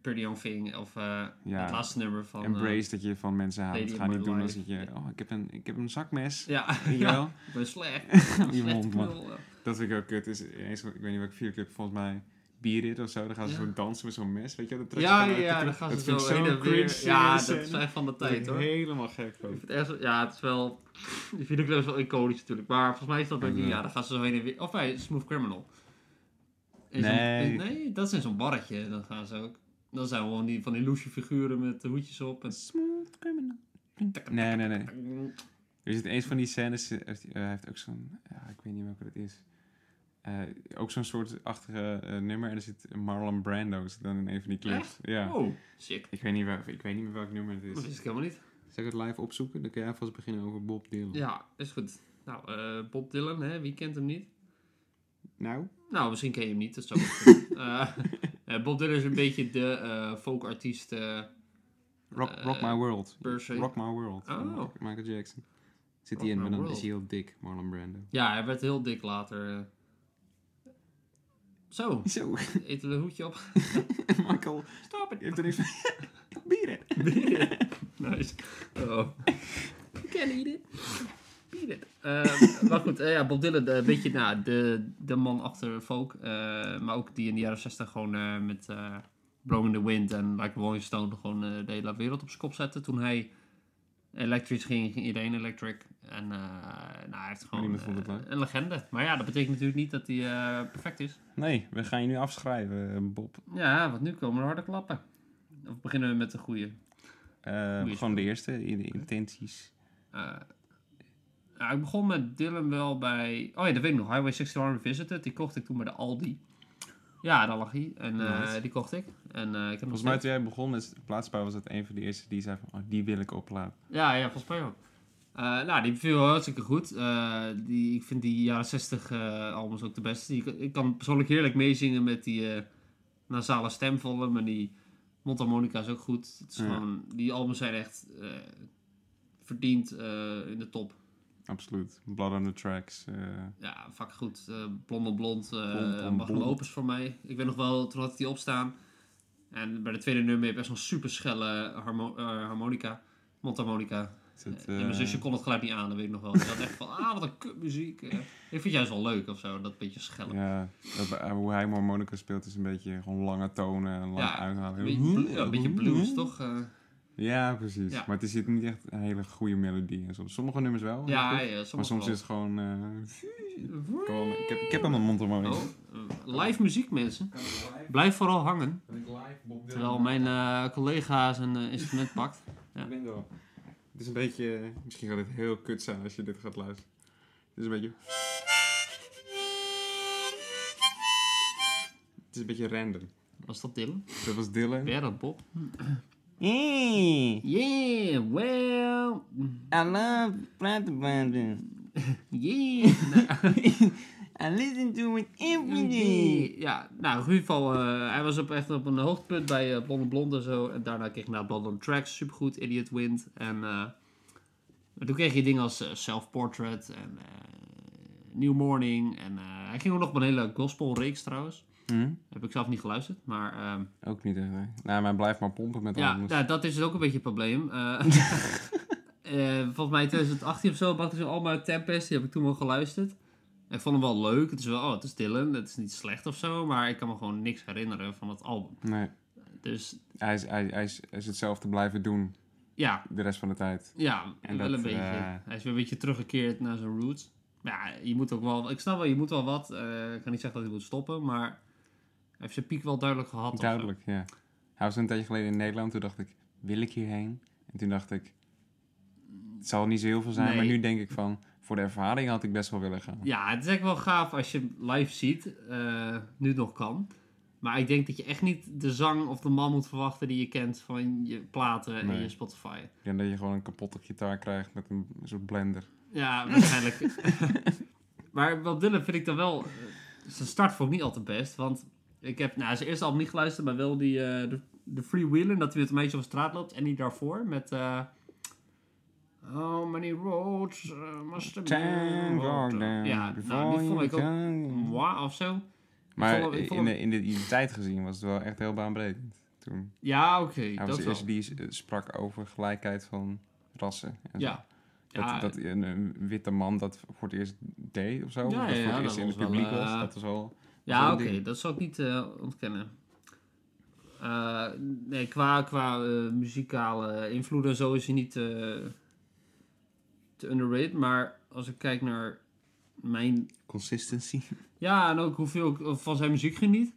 Speaker 2: Pretty Young Thing of eh
Speaker 1: Ja.
Speaker 2: het laatste nummer van... eh,
Speaker 1: Embrace dat je van mensen houdt.
Speaker 2: Lady
Speaker 1: Ga
Speaker 2: in
Speaker 1: niet
Speaker 2: My
Speaker 1: doen als
Speaker 2: Life.
Speaker 1: dat je, oh, ik heb een, ik heb een zakmes.
Speaker 2: ja,
Speaker 1: Weet je
Speaker 2: ja,
Speaker 1: wel?
Speaker 2: ik ben slecht.
Speaker 1: Je
Speaker 2: slecht
Speaker 1: mond, man.
Speaker 2: knul.
Speaker 1: Dat vind ik ook kut. Is, ineens, ik weet niet welke videoclip, volgens mij Bierit of zo. Dan gaan ze
Speaker 2: Ja.
Speaker 1: zo dansen met zo'n mes. Weet je wel, dat trekt
Speaker 2: Ja,
Speaker 1: ze
Speaker 2: ja,
Speaker 1: gewoon uit de
Speaker 2: ja,
Speaker 1: kroeg.
Speaker 2: dan gaan
Speaker 1: Dat vind ik
Speaker 2: ze zo heen en
Speaker 1: zo'n
Speaker 2: weer.
Speaker 1: cringe
Speaker 2: Ja, dat
Speaker 1: scène.
Speaker 2: is echt van de
Speaker 1: Daar word
Speaker 2: tijd,
Speaker 1: ik
Speaker 2: hoor.
Speaker 1: helemaal gek van.
Speaker 2: Ik vind het ergens- Ja, het is wel... Die videoclip is wel iconisch natuurlijk. Maar volgens mij is dat bij
Speaker 1: En,
Speaker 2: die...
Speaker 1: eh,
Speaker 2: Ja, dan gaan ze zo heen en weer... Of bij Smooth Criminal. In zo'n-
Speaker 1: Nee.
Speaker 2: in- nee, dat is in zo'n barretje. Dan gaan ze ook... Dan zijn we gewoon die, van die loesje figuren met de hoedjes op. En...
Speaker 1: Smooth criminal. Nee, nee, nee. Er zit eens van die scènes, eh, heeft- eh, hij heeft ook zo'n, ja, ik weet niet welke dat is. Eh, ook zo'n soort achtige eh, nummer. En er zit Marlon Brando zit dan in een van die clips. Ja.
Speaker 2: Oh, sick.
Speaker 1: Ik weet, niet waar, ik weet niet meer welk nummer het
Speaker 2: Dat
Speaker 1: is.
Speaker 2: wist ik helemaal niet.
Speaker 3: Zal ik het live opzoeken? Dan kun jij vast beginnen over Bob Dylan.
Speaker 2: Ja, is goed. Nou, eh, Bob Dylan, hè? wie kent hem niet?
Speaker 3: Nou,
Speaker 2: Nou, misschien ken je hem niet, dat zou ook kunnen. Eh, eh, Bob Dylan is een beetje de eh folkartiest. eh,
Speaker 1: Rock,
Speaker 2: Eh,
Speaker 1: rock My World.
Speaker 2: per se.
Speaker 1: Rock My World. van
Speaker 2: Oh.
Speaker 1: Michael- Michael Jackson.
Speaker 3: zit
Speaker 2: Rock
Speaker 3: hij in,
Speaker 2: my
Speaker 3: maar dan
Speaker 2: world.
Speaker 3: is hij heel dik, Marlon Brando.
Speaker 2: ja, hij werd heel dik later. eh. Zo,
Speaker 1: Zo,
Speaker 2: eten we een hoedje op.
Speaker 1: Michael
Speaker 2: Stop het.
Speaker 1: heeft er niks van. Bieren.
Speaker 2: nice. Oh. You can eat it. Beat it. Eh, maar goed, eh, ja, Bob Dylan, eh, een beetje nou, de, de man achter folk. eh, maar ook die in de jaren 60 gewoon eh, met eh, Blowing in the Wind en like Rolling Stone gewoon eh, de hele wereld op zijn kop zetten. Toen hij elektrisch ging, ging iedereen electric. En eh, nou, hij heeft gewoon
Speaker 1: niemand vond het
Speaker 2: eh,
Speaker 1: leuk.
Speaker 2: een legende. Maar ja, dat betekent natuurlijk niet dat hij eh, perfect is.
Speaker 1: Nee, we gaan je nu afschrijven, eh, Bob.
Speaker 2: Ja, want nu komen er harde klappen. Of beginnen we met de goede?
Speaker 1: Eh,
Speaker 2: Goeie
Speaker 1: gewoon de eerste, in de intenties.
Speaker 2: Eh, nou, ik begon met Dylan wel bij... Oh ja, dat weet ik nog. Highway 61 Revisited. Die kocht ik toen bij de Aldi. Ja, daar lag hij. En eh,
Speaker 1: Nice.
Speaker 2: die kocht ik. En eh, ik heb nog
Speaker 1: Volgens mij
Speaker 2: steeds...
Speaker 1: toen jij begon met plaatsbouw was het een van de eerste die zei van, oh, die wil ik op plaat.
Speaker 2: Ja, ja, volgens mij ook. Eh, nou, die viel hartstikke goed. Eh, die, ik vind die jaren 60 eh, albums ook de beste. Die- ik kan persoonlijk heerlijk meezingen met die eh, nasale stem van hem. En die mondharmonica is ook goed. Het is
Speaker 1: Ja.
Speaker 2: gewoon, die albums zijn echt eh, verdiend eh, in de top.
Speaker 1: Absoluut. Blood on the tracks. eh,
Speaker 2: Ja, vak goed. eh blond op blond.
Speaker 1: Blond
Speaker 2: eh
Speaker 1: op
Speaker 2: mag hem
Speaker 1: blond.
Speaker 2: opens voor mij. Ik weet nog wel, toen had ik die opstaan. En bij de tweede nummer heb je best wel een super schelle harmo- eh, harmonica. Mondharmonica.
Speaker 1: is het,
Speaker 2: en mijn
Speaker 1: eh,
Speaker 2: zusje kon het geluid niet aan, dat weet ik nog wel. Die had echt van, ah, wat een kutmuziek. eh. ik vind het juist wel leuk of zo, dat beetje schellen.
Speaker 1: Ja, dat, eh, hoe hij harmonica speelt is een beetje gewoon lange tonen en lange
Speaker 2: Ja, Een
Speaker 1: uithalen.
Speaker 2: beetje, blu- ja, een beetje blues, toch? Eh,
Speaker 1: Ja, precies.
Speaker 2: Ja.
Speaker 1: Maar het zit niet echt een hele goede melodie. in. Soms- Sommige nummers wel. heel
Speaker 2: ja,
Speaker 1: goed.
Speaker 2: ja, soms
Speaker 1: maar soms
Speaker 2: wel.
Speaker 1: is het gewoon... eh, gewoon- ik, heb, ik heb hem een mondharmonica.
Speaker 2: Oh, eh, live muziek, mensen. Blijf vooral hangen. Terwijl mijn eh, collega zijn eh, instrument pakt. Ja.
Speaker 1: Ik ben wel. Het is een beetje. Misschien gaat het heel kut zijn als je dit gaat luisteren. Het is een beetje. Het is een beetje random.
Speaker 2: Was dat Dylan?
Speaker 1: Dat was Dylan.
Speaker 2: Ben jij dat, Bob?
Speaker 3: Hey,
Speaker 2: Yeah, well,
Speaker 3: I love platenbanden.
Speaker 2: yeah. Nou, eh,
Speaker 3: I listen to it every day.
Speaker 2: yeah. Ja, nou, in ieder geval, eh, hij was op, echt op een hoogtepunt bij eh Blonde Blonde en zo. En daarna kreeg ik naar Blonde on Tracks, supergoed, Idiot Wind. En eh, maar toen kreeg je dingen als eh, Self Portrait en eh, New Morning. En eh, hij ging ook nog op een hele gospelreeks trouwens.
Speaker 1: Hm?
Speaker 2: Heb ik zelf niet geluisterd, maar... ehm,
Speaker 1: Ook niet echt. hè. Nou, maar blijf maar pompen met
Speaker 2: Ja,
Speaker 1: albums.
Speaker 2: nou, dat is het ook een beetje het probleem. Eh, eh, volgens mij in 2018 of zo bracht hij zo'n album uit Tempest. Die heb ik toen wel geluisterd. En ik vond hem wel leuk. Het is wel, oh, het is Dylan. Het is niet slecht of zo. Maar ik kan me gewoon niks herinneren van dat album.
Speaker 1: Nee.
Speaker 2: Dus
Speaker 1: Hij is, hij, hij, is, hij is hetzelfde blijven doen
Speaker 2: ja,
Speaker 1: de rest van de tijd.
Speaker 2: ja
Speaker 1: En
Speaker 2: wel
Speaker 1: dat,
Speaker 2: een beetje.
Speaker 1: eh,
Speaker 2: Hij is weer een beetje teruggekeerd naar zijn roots. Maar Ja, je moet ook wel... Ik snap wel, je moet wel wat. Eh, ik kan niet zeggen dat hij moet stoppen, maar... Hij heeft zijn piek wel duidelijk gehad. of zo.
Speaker 1: Duidelijk, ja. Hij was een tijdje geleden in Nederland. Toen dacht ik, wil ik hierheen? En toen dacht ik, het zal niet zo heel veel zijn.
Speaker 2: Nee.
Speaker 1: Maar nu denk ik van, voor de ervaring had ik best wel willen gaan.
Speaker 2: Ja, het is echt wel gaaf als je hem live ziet. eh, nu het nog kan. Maar ik denk dat je echt niet de zang of de man moet verwachten die je kent van je platen en
Speaker 1: Nee.
Speaker 2: je Spotify.
Speaker 1: Ja, dat je gewoon een kapotte gitaar krijgt met een soort blender.
Speaker 2: Ja, waarschijnlijk. maar wat Dylan vind ik dan wel... eh, zijn start vond ik niet altijd best. Want ik heb nou, zijn eerste album niet geluisterd, maar wel die, eh, de, de Free Wheeler. Dat hij met een meisje over straat loopt. En die daarvoor met... eh, How many roads eh, must a man walk down? Ja, nou, die vond ik ook... Wow, of zo.
Speaker 1: Mm. Maar
Speaker 2: vond hem- ik vond
Speaker 1: in,
Speaker 2: hem-
Speaker 1: de, in, de, in de tijd gezien was het wel echt heel baanbrekend. Toen.
Speaker 2: Ja, oké,
Speaker 1: Hij was
Speaker 2: dat
Speaker 1: de
Speaker 2: wel.
Speaker 1: eerste die s- sprak over gelijkheid van rassen. En zo.
Speaker 2: Ja.
Speaker 1: Dat,
Speaker 2: ja,
Speaker 1: dat een, een witte man dat voor het eerst deed of zo.
Speaker 2: Ja,
Speaker 1: of dat
Speaker 2: ja,
Speaker 1: voor
Speaker 2: ja,
Speaker 1: het eerst
Speaker 2: dat
Speaker 1: in het
Speaker 2: was wel,
Speaker 1: publiek was.
Speaker 2: eh,
Speaker 1: Dat was al...
Speaker 2: ja
Speaker 1: zo'n
Speaker 2: oké,
Speaker 1: ding.
Speaker 2: dat zal ik niet eh, ontkennen. Eh, nee, qua, qua eh, muzikale invloeden en zo is hij niet eh, te underrated. Maar als ik kijk naar mijn...
Speaker 3: Consistency.
Speaker 2: Ja, en ook hoeveel ik van zijn muziek geniet.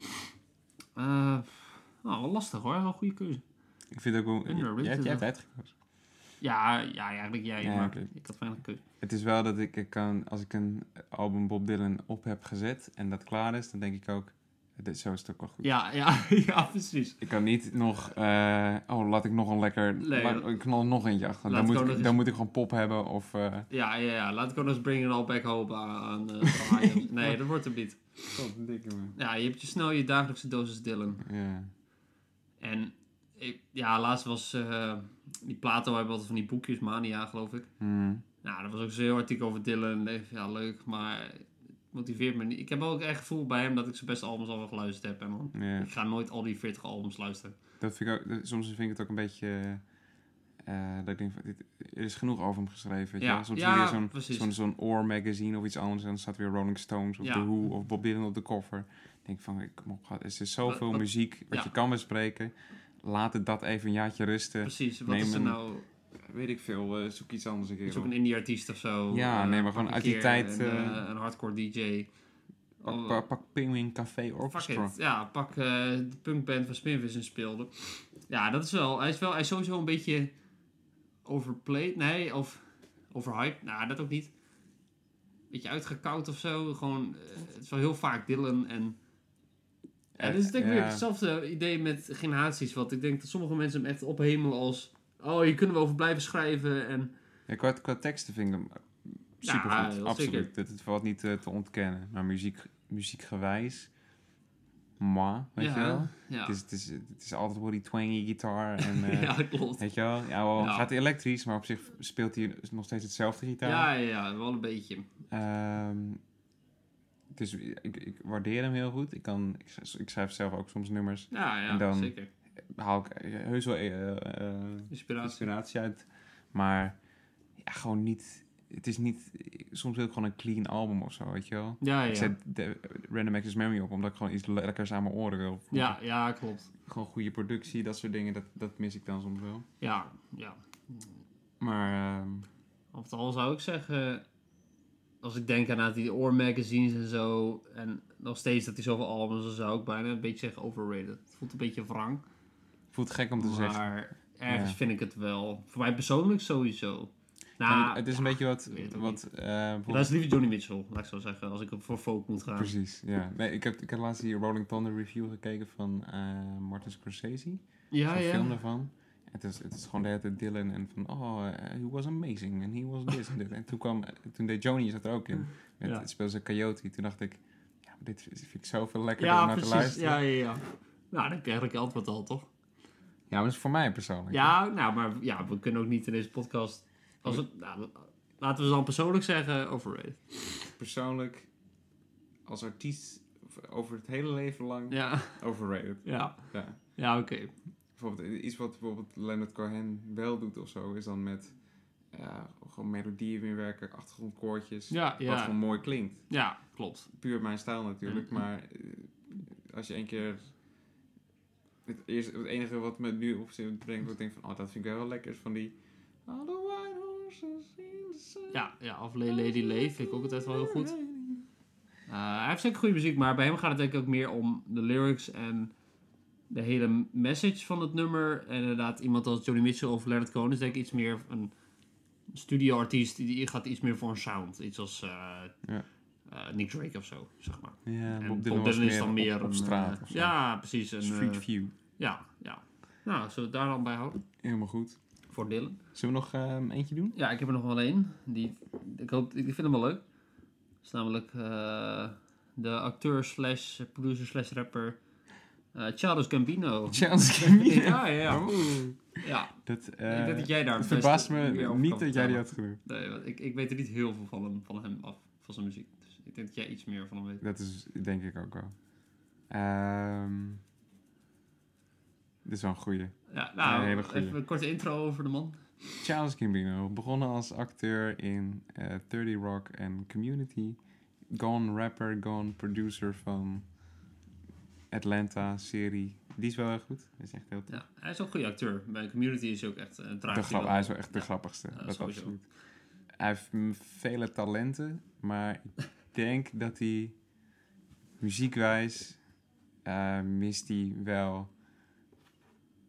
Speaker 2: Eh nou, wel lastig hoor. Wel een goede keuze.
Speaker 1: Ik vind het ook wel...
Speaker 2: Underrated,
Speaker 1: Jij, jij hebt
Speaker 2: hè?
Speaker 1: uitgekozen.
Speaker 2: Ja, ja, ja eigenlijk jij.
Speaker 1: Ja,
Speaker 2: maar
Speaker 1: oké.
Speaker 2: ik had weinig keuze.
Speaker 1: Het is wel dat ik, ik kan, als ik een album Bob Dylan op heb gezet en dat klaar is, dan denk ik ook, dit, zo is het ook wel goed.
Speaker 2: Ja, ja, ja, precies.
Speaker 1: Ik kan niet nog, eh, oh, laat ik nog een lekker,
Speaker 2: Nee,
Speaker 1: laat-
Speaker 2: dat-
Speaker 1: ik knal er nog eentje achter.
Speaker 2: Laat
Speaker 1: Dan
Speaker 2: ik
Speaker 1: moet,
Speaker 2: ook
Speaker 1: ik,
Speaker 2: nog eens-
Speaker 1: dan moet ik gewoon pop hebben of, eh,
Speaker 2: Ja, ja, ja. Laat ik ook nog eens Bring It All Back Hope aan. aan, eh, van Hyams. nee, dat wordt hem niet. Ja, je hebt je snel je dagelijkse dosis Dylan.
Speaker 1: ja.
Speaker 2: En ik, ja, laatst was eh, die Plato hebben altijd van die boekjes, Mania geloof ik.
Speaker 1: Hmm.
Speaker 2: Nou, dat was ook zo'n heel artikel over Dylan. Ik dacht, Ja, leuk, maar het motiveert me niet. Ik heb ook echt het gevoel bij hem dat ik zijn beste albums al wel geluisterd heb. En dan,
Speaker 1: Ja.
Speaker 2: ik ga nooit al die 40 albums luisteren.
Speaker 1: Dat vind ik ook, dat- soms vind ik het ook een beetje, eh, eh, dat ik denk, van, dit, er is genoeg over hem geschreven. Weet je
Speaker 2: Ja,
Speaker 1: wel. Soms
Speaker 2: ja,
Speaker 1: weer zo'n,
Speaker 2: precies.
Speaker 1: zo'n, zo'n Oor magazine of iets anders. En dan staat weer Rolling Stones of
Speaker 2: Ja.
Speaker 1: The Who of Bob Dylan op de koffer. Ik denk van, kom op, gaat- er is zoveel
Speaker 2: Wat- wat-
Speaker 1: muziek wat
Speaker 2: ja.
Speaker 1: je kan bespreken. Laat het dat even een jaartje rusten.
Speaker 2: Precies, wat
Speaker 1: neem
Speaker 2: is er
Speaker 1: een-
Speaker 2: nou?
Speaker 1: Weet ik veel, eh, zoek iets anders een keer
Speaker 2: Is ook
Speaker 1: op.
Speaker 2: een indie-artiest of zo.
Speaker 1: Ja,
Speaker 2: eh,
Speaker 1: nee, maar
Speaker 2: pak
Speaker 1: gewoon
Speaker 2: een
Speaker 1: uit die
Speaker 2: keer
Speaker 1: tijd,
Speaker 2: Een, eh,
Speaker 1: eh,
Speaker 2: een hardcore DJ.
Speaker 1: Pak,
Speaker 2: Oh,
Speaker 1: pak, pak Penguin Café
Speaker 2: Fuck
Speaker 1: Orchestra.
Speaker 2: it. Ja, pak eh, de punkband van Spinvis en speelde. Ja, dat is wel. Hij is wel, hij is sowieso een beetje overplayed. Nee, of overhyped. Nou, dat ook niet. Beetje uitgekoud of zo. Gewoon, eh, het is wel heel vaak Dylan en. Ja,
Speaker 1: Eh,
Speaker 2: dit is denk ik weer
Speaker 1: ja.
Speaker 2: hetzelfde idee met generaties. Want ik denk dat sommige mensen hem echt ophemelen als... Oh, hier kunnen we over blijven schrijven. En
Speaker 1: Ja, qua, qua teksten vind ik hem
Speaker 2: Ja,
Speaker 1: supergoed.
Speaker 2: heel zeker.
Speaker 1: absoluut. Dat het valt niet eh, te ontkennen. Maar muziek, muziekgewijs, ma, weet
Speaker 2: ja,
Speaker 1: je wel?
Speaker 2: Ja.
Speaker 1: Het, is, het, is, het is altijd wel die twangy gitaar. En, eh,
Speaker 2: ja, klopt.
Speaker 1: Weet je wel? Ja, wel
Speaker 2: Ja.
Speaker 1: gaat hij elektrisch, maar op zich speelt hij nog steeds hetzelfde gitaar.
Speaker 2: Ja, ja, ja, wel een beetje.
Speaker 1: Ehm, dus ik, ik waardeer hem heel goed. Ik, kan, ik, s- ik schrijf zelf ook soms nummers.
Speaker 2: Ja, ja,
Speaker 1: En dan-
Speaker 2: zeker.
Speaker 1: Haal ik eh, heus wel eh, eh,
Speaker 2: Inspiratie.
Speaker 1: inspiratie uit. Maar ja, gewoon niet. Het is niet. Soms wil ik gewoon een clean album of zo, weet je wel.
Speaker 2: Ja, ja.
Speaker 1: Ik zet de Random Access Memory op, omdat ik gewoon iets lekkers aan mijn oren wil.
Speaker 2: Ja, ja, klopt.
Speaker 1: Gewoon goede productie, dat soort dingen, dat, dat mis ik dan soms wel.
Speaker 2: Ja, ja.
Speaker 1: Maar ehm,
Speaker 2: Of het al zou ik zeggen, als ik denk aan uit die oormagazines en zo, en nog steeds dat hij zoveel albums, dan zou ik bijna een beetje zeggen overrated. Het voelt een beetje wrang,
Speaker 1: voelt gek om te zeggen.
Speaker 2: maar ergens
Speaker 1: Ja.
Speaker 2: vind ik het wel. Voor mij persoonlijk sowieso. Nou,
Speaker 1: En het is een beetje wat.
Speaker 2: ik weet het ook
Speaker 1: wat eh,
Speaker 2: ja,
Speaker 1: bijvoorbeeld-
Speaker 2: dat is liever Johnny Mitchell, laat ik zo zeggen, als ik op voor folk moet gaan.
Speaker 1: Precies, ja. Nee, ik, heb, ik heb laatst die Rolling Thunder review gekeken van eh, Martin Scorsese.
Speaker 2: Ja,
Speaker 1: Zo'n film
Speaker 2: ja.
Speaker 1: daarvan. Het is, het is gewoon de hele tijd Dylan en van, oh, eh, he was amazing and he was this and that. En toen kwam, toen deed Joni zat er ook in. Met,
Speaker 2: Ja.
Speaker 1: Speelde ze Coyote. Toen dacht ik, ja, maar dit vind ik zoveel lekkerder om
Speaker 2: Ja,
Speaker 1: naar te
Speaker 2: precies.
Speaker 1: luisteren.
Speaker 2: Ja, ja,
Speaker 1: Ja.
Speaker 2: ja. Nou, dan heb je eigenlijk je antwoord al, toch?
Speaker 1: maar dat is voor mij persoonlijk.
Speaker 2: Ja, nou, maar ja, we kunnen ook niet in deze podcast. Als het, nou, laten we dan persoonlijk zeggen, overrated.
Speaker 1: Persoonlijk, als artiest, over het hele leven lang,
Speaker 2: Ja,
Speaker 1: overrated.
Speaker 2: ja,
Speaker 1: Ja.
Speaker 2: ja, oké.
Speaker 1: Bijvoorbeeld, eh, iets wat bijvoorbeeld Leonard Cohen wel doet of zo, is dan met eh, gewoon melodieën weer werken, achtergrondkoortjes.
Speaker 2: Ja,
Speaker 1: Wat
Speaker 2: ja,
Speaker 1: gewoon mooi klinkt.
Speaker 2: ja, klopt.
Speaker 1: Puur mijn stijl natuurlijk,
Speaker 2: Mhm.
Speaker 1: maar eh, als je één keer... Het, eerste, het enige wat me nu op zin brengt, wat ik denk van, oh, dat vind ik wel lekker, is van die... All the white horses in the sun.
Speaker 2: Ja, ja, of Le- Lady Lee vind ik ook altijd wel heel goed. Eh, hij heeft zeker goede muziek, maar bij hem gaat het denk ik ook meer om de lyrics en de hele message van het nummer. En inderdaad, iemand als Johnny Mitchell of Leonard Cohen is denk ik iets meer een studioartiest. Die gaat iets meer voor een sound. Iets als eh,
Speaker 1: Ja.
Speaker 2: eh, Nick Drake of zo, zeg maar.
Speaker 1: Ja,
Speaker 2: En
Speaker 1: Bob Dylan, was
Speaker 2: is dan meer
Speaker 1: op, op
Speaker 2: een,
Speaker 1: straat
Speaker 2: eh,
Speaker 1: of zo.
Speaker 2: ja, precies. Een,
Speaker 1: Street
Speaker 2: eh,
Speaker 1: view.
Speaker 2: ja, ja. Nou, zullen we het daar dan bij houden?
Speaker 1: Helemaal goed.
Speaker 2: Voor Dylan.
Speaker 1: Zullen we nog eh, eentje doen?
Speaker 2: Ja, ik heb er nog wel één. Die, ik, hoop, ik vind hem wel leuk. Dat is namelijk eh, de acteur slash producer slash rapper eh Charles Gambino.
Speaker 1: Chance Camille.
Speaker 2: Ja, ja, ja.
Speaker 1: Oeh.
Speaker 2: ja.
Speaker 1: Dat,
Speaker 2: Ik
Speaker 1: Oh. eh,
Speaker 2: denk dat jij daar
Speaker 1: het
Speaker 2: het
Speaker 1: verbaast
Speaker 2: beste meer
Speaker 1: me
Speaker 2: over
Speaker 1: niet
Speaker 2: kan
Speaker 1: dat jij die
Speaker 2: vertellen.
Speaker 1: had genoemd.
Speaker 2: Nee, want ik, ik weet er niet heel veel van hem, van hem af, van zijn muziek. Dus ik denk dat jij iets meer van hem weet.
Speaker 1: Dat is denk ik ook wel. Ehm dit is wel een goeie.
Speaker 2: Ja,
Speaker 1: Ja, een
Speaker 2: nou,
Speaker 1: hele goeie.
Speaker 2: even een korte intro over de man.
Speaker 1: Charles Gambino, begonnen als acteur in eh 30 Rock en Community. Gone rapper, gone producer van Atlanta serie. Die is wel heel goed. Dat is echt heel tof.
Speaker 2: Ja, hij is ook een goede acteur. Bij Community is hij ook echt een
Speaker 1: de
Speaker 2: draagje.
Speaker 1: grap, hij is wel echt de
Speaker 2: Ja.
Speaker 1: grappigste.
Speaker 2: Ja,
Speaker 1: dat
Speaker 2: sowieso.
Speaker 1: absoluut. Hij heeft mm, vele talenten, maar ik denk dat hij muziekwijs eh, mist hij wel.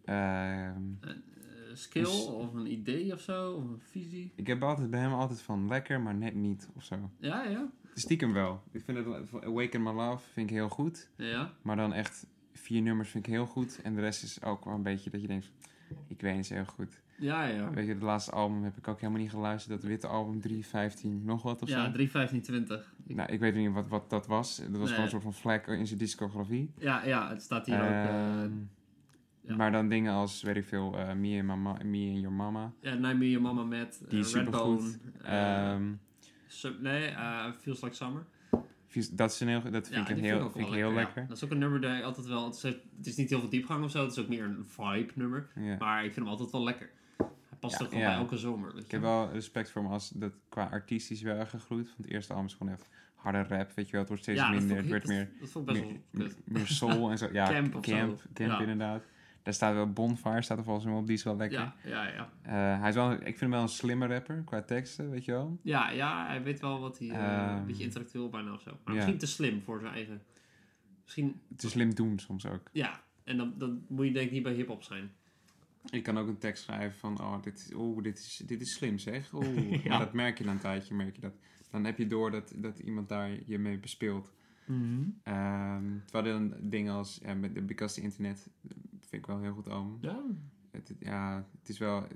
Speaker 1: ehm,
Speaker 2: Een eh, skill
Speaker 1: Dus-
Speaker 2: of een idee of zo, of een visie.
Speaker 1: ik heb altijd bij hem altijd van lekker, maar net niet of zo.
Speaker 2: Ja, ja.
Speaker 1: Stiekem wel. Ik vind het van Awaken My Love vind ik heel goed,
Speaker 2: Ja,
Speaker 1: maar dan echt vier nummers vind ik heel goed en de rest is ook wel een beetje dat je denkt, ik weet niet zo heel goed.
Speaker 2: ja. ja.
Speaker 1: Weet je, het laatste album heb ik ook helemaal niet geluisterd, dat witte album 315, nog wat of zo.
Speaker 2: Ja, 3,15,20. Ik-
Speaker 1: Nou, ik weet niet wat, wat dat was. Dat was
Speaker 2: Nee.
Speaker 1: gewoon een soort van vlek in zijn discografie.
Speaker 2: Ja, ja, het staat hier ook. eh,
Speaker 1: Ehm,
Speaker 2: ja.
Speaker 1: Maar dan dingen als, weet ik veel, eh Me, and Mama, Me and Your Mama.
Speaker 2: ja, Nine Me Your Mama met
Speaker 1: Die is
Speaker 2: Redbone.
Speaker 1: supergoed.
Speaker 2: eh,
Speaker 1: Ehm,
Speaker 2: Sub- nee, eh, Feels Like Summer.
Speaker 1: vies- dat is een heel, dat vind ik, een
Speaker 2: die
Speaker 1: heel,
Speaker 2: ook
Speaker 1: vind ik
Speaker 2: wel
Speaker 1: heel
Speaker 2: ja.
Speaker 1: lekker.
Speaker 2: Dat is ook een nummer dat ik altijd wel... Het is, het is niet heel veel diepgang of zo. Het is ook meer een vibe nummer.
Speaker 1: Ja.
Speaker 2: Maar ik vind hem altijd wel lekker. Hij Hij past
Speaker 1: Ja,
Speaker 2: er gewoon
Speaker 1: ja.
Speaker 2: bij elke zomer. Weet
Speaker 1: Ik
Speaker 2: je.
Speaker 1: heb wel respect voor hem als dat qua artiest is wel gegroeid. Want het eerste album is gewoon echt harde rap, weet je wel. Het wordt steeds
Speaker 2: Ja, dat
Speaker 1: minder,
Speaker 2: vond
Speaker 1: het
Speaker 2: ik-
Speaker 1: wordt meer,
Speaker 2: Dat, dat vond ik best
Speaker 1: meer,
Speaker 2: wel kut.
Speaker 1: meer soul en zo. Ja,
Speaker 2: Camp of zo.
Speaker 1: camp, camp
Speaker 2: Ja.
Speaker 1: inderdaad. Daar staat wel Bonfire, staat er volgens mij op, die is wel lekker.
Speaker 2: Ja, ja, ja.
Speaker 1: Eh, hij is wel, ik vind hem wel een slimme rapper qua teksten, weet je wel.
Speaker 2: Ja, ja, hij weet wel wat hij... eh,
Speaker 1: Ehm.
Speaker 2: een beetje intellectueel bijna of zo.
Speaker 1: Ja.
Speaker 2: Maar misschien te slim voor zijn eigen... Misschien...
Speaker 1: Te slim doen soms ook.
Speaker 2: Ja, en dan, dan moet je denk ik niet bij hiphop zijn.
Speaker 3: Ik kan ook een tekst schrijven van, oh, dit is, oh, dit is, dit is slim zeg. Oh.
Speaker 2: Ja.
Speaker 3: En dat merk je na een tijdje, merk je dat. Dan heb je door dat, dat iemand daar je mee bespeelt.
Speaker 1: Mhm.
Speaker 3: Ehm, terwijl dan dingen als, ja, met de Because the Internet eh, vind ik wel een heel goed album.
Speaker 2: Ja.
Speaker 3: Het, het- ja, het is wel,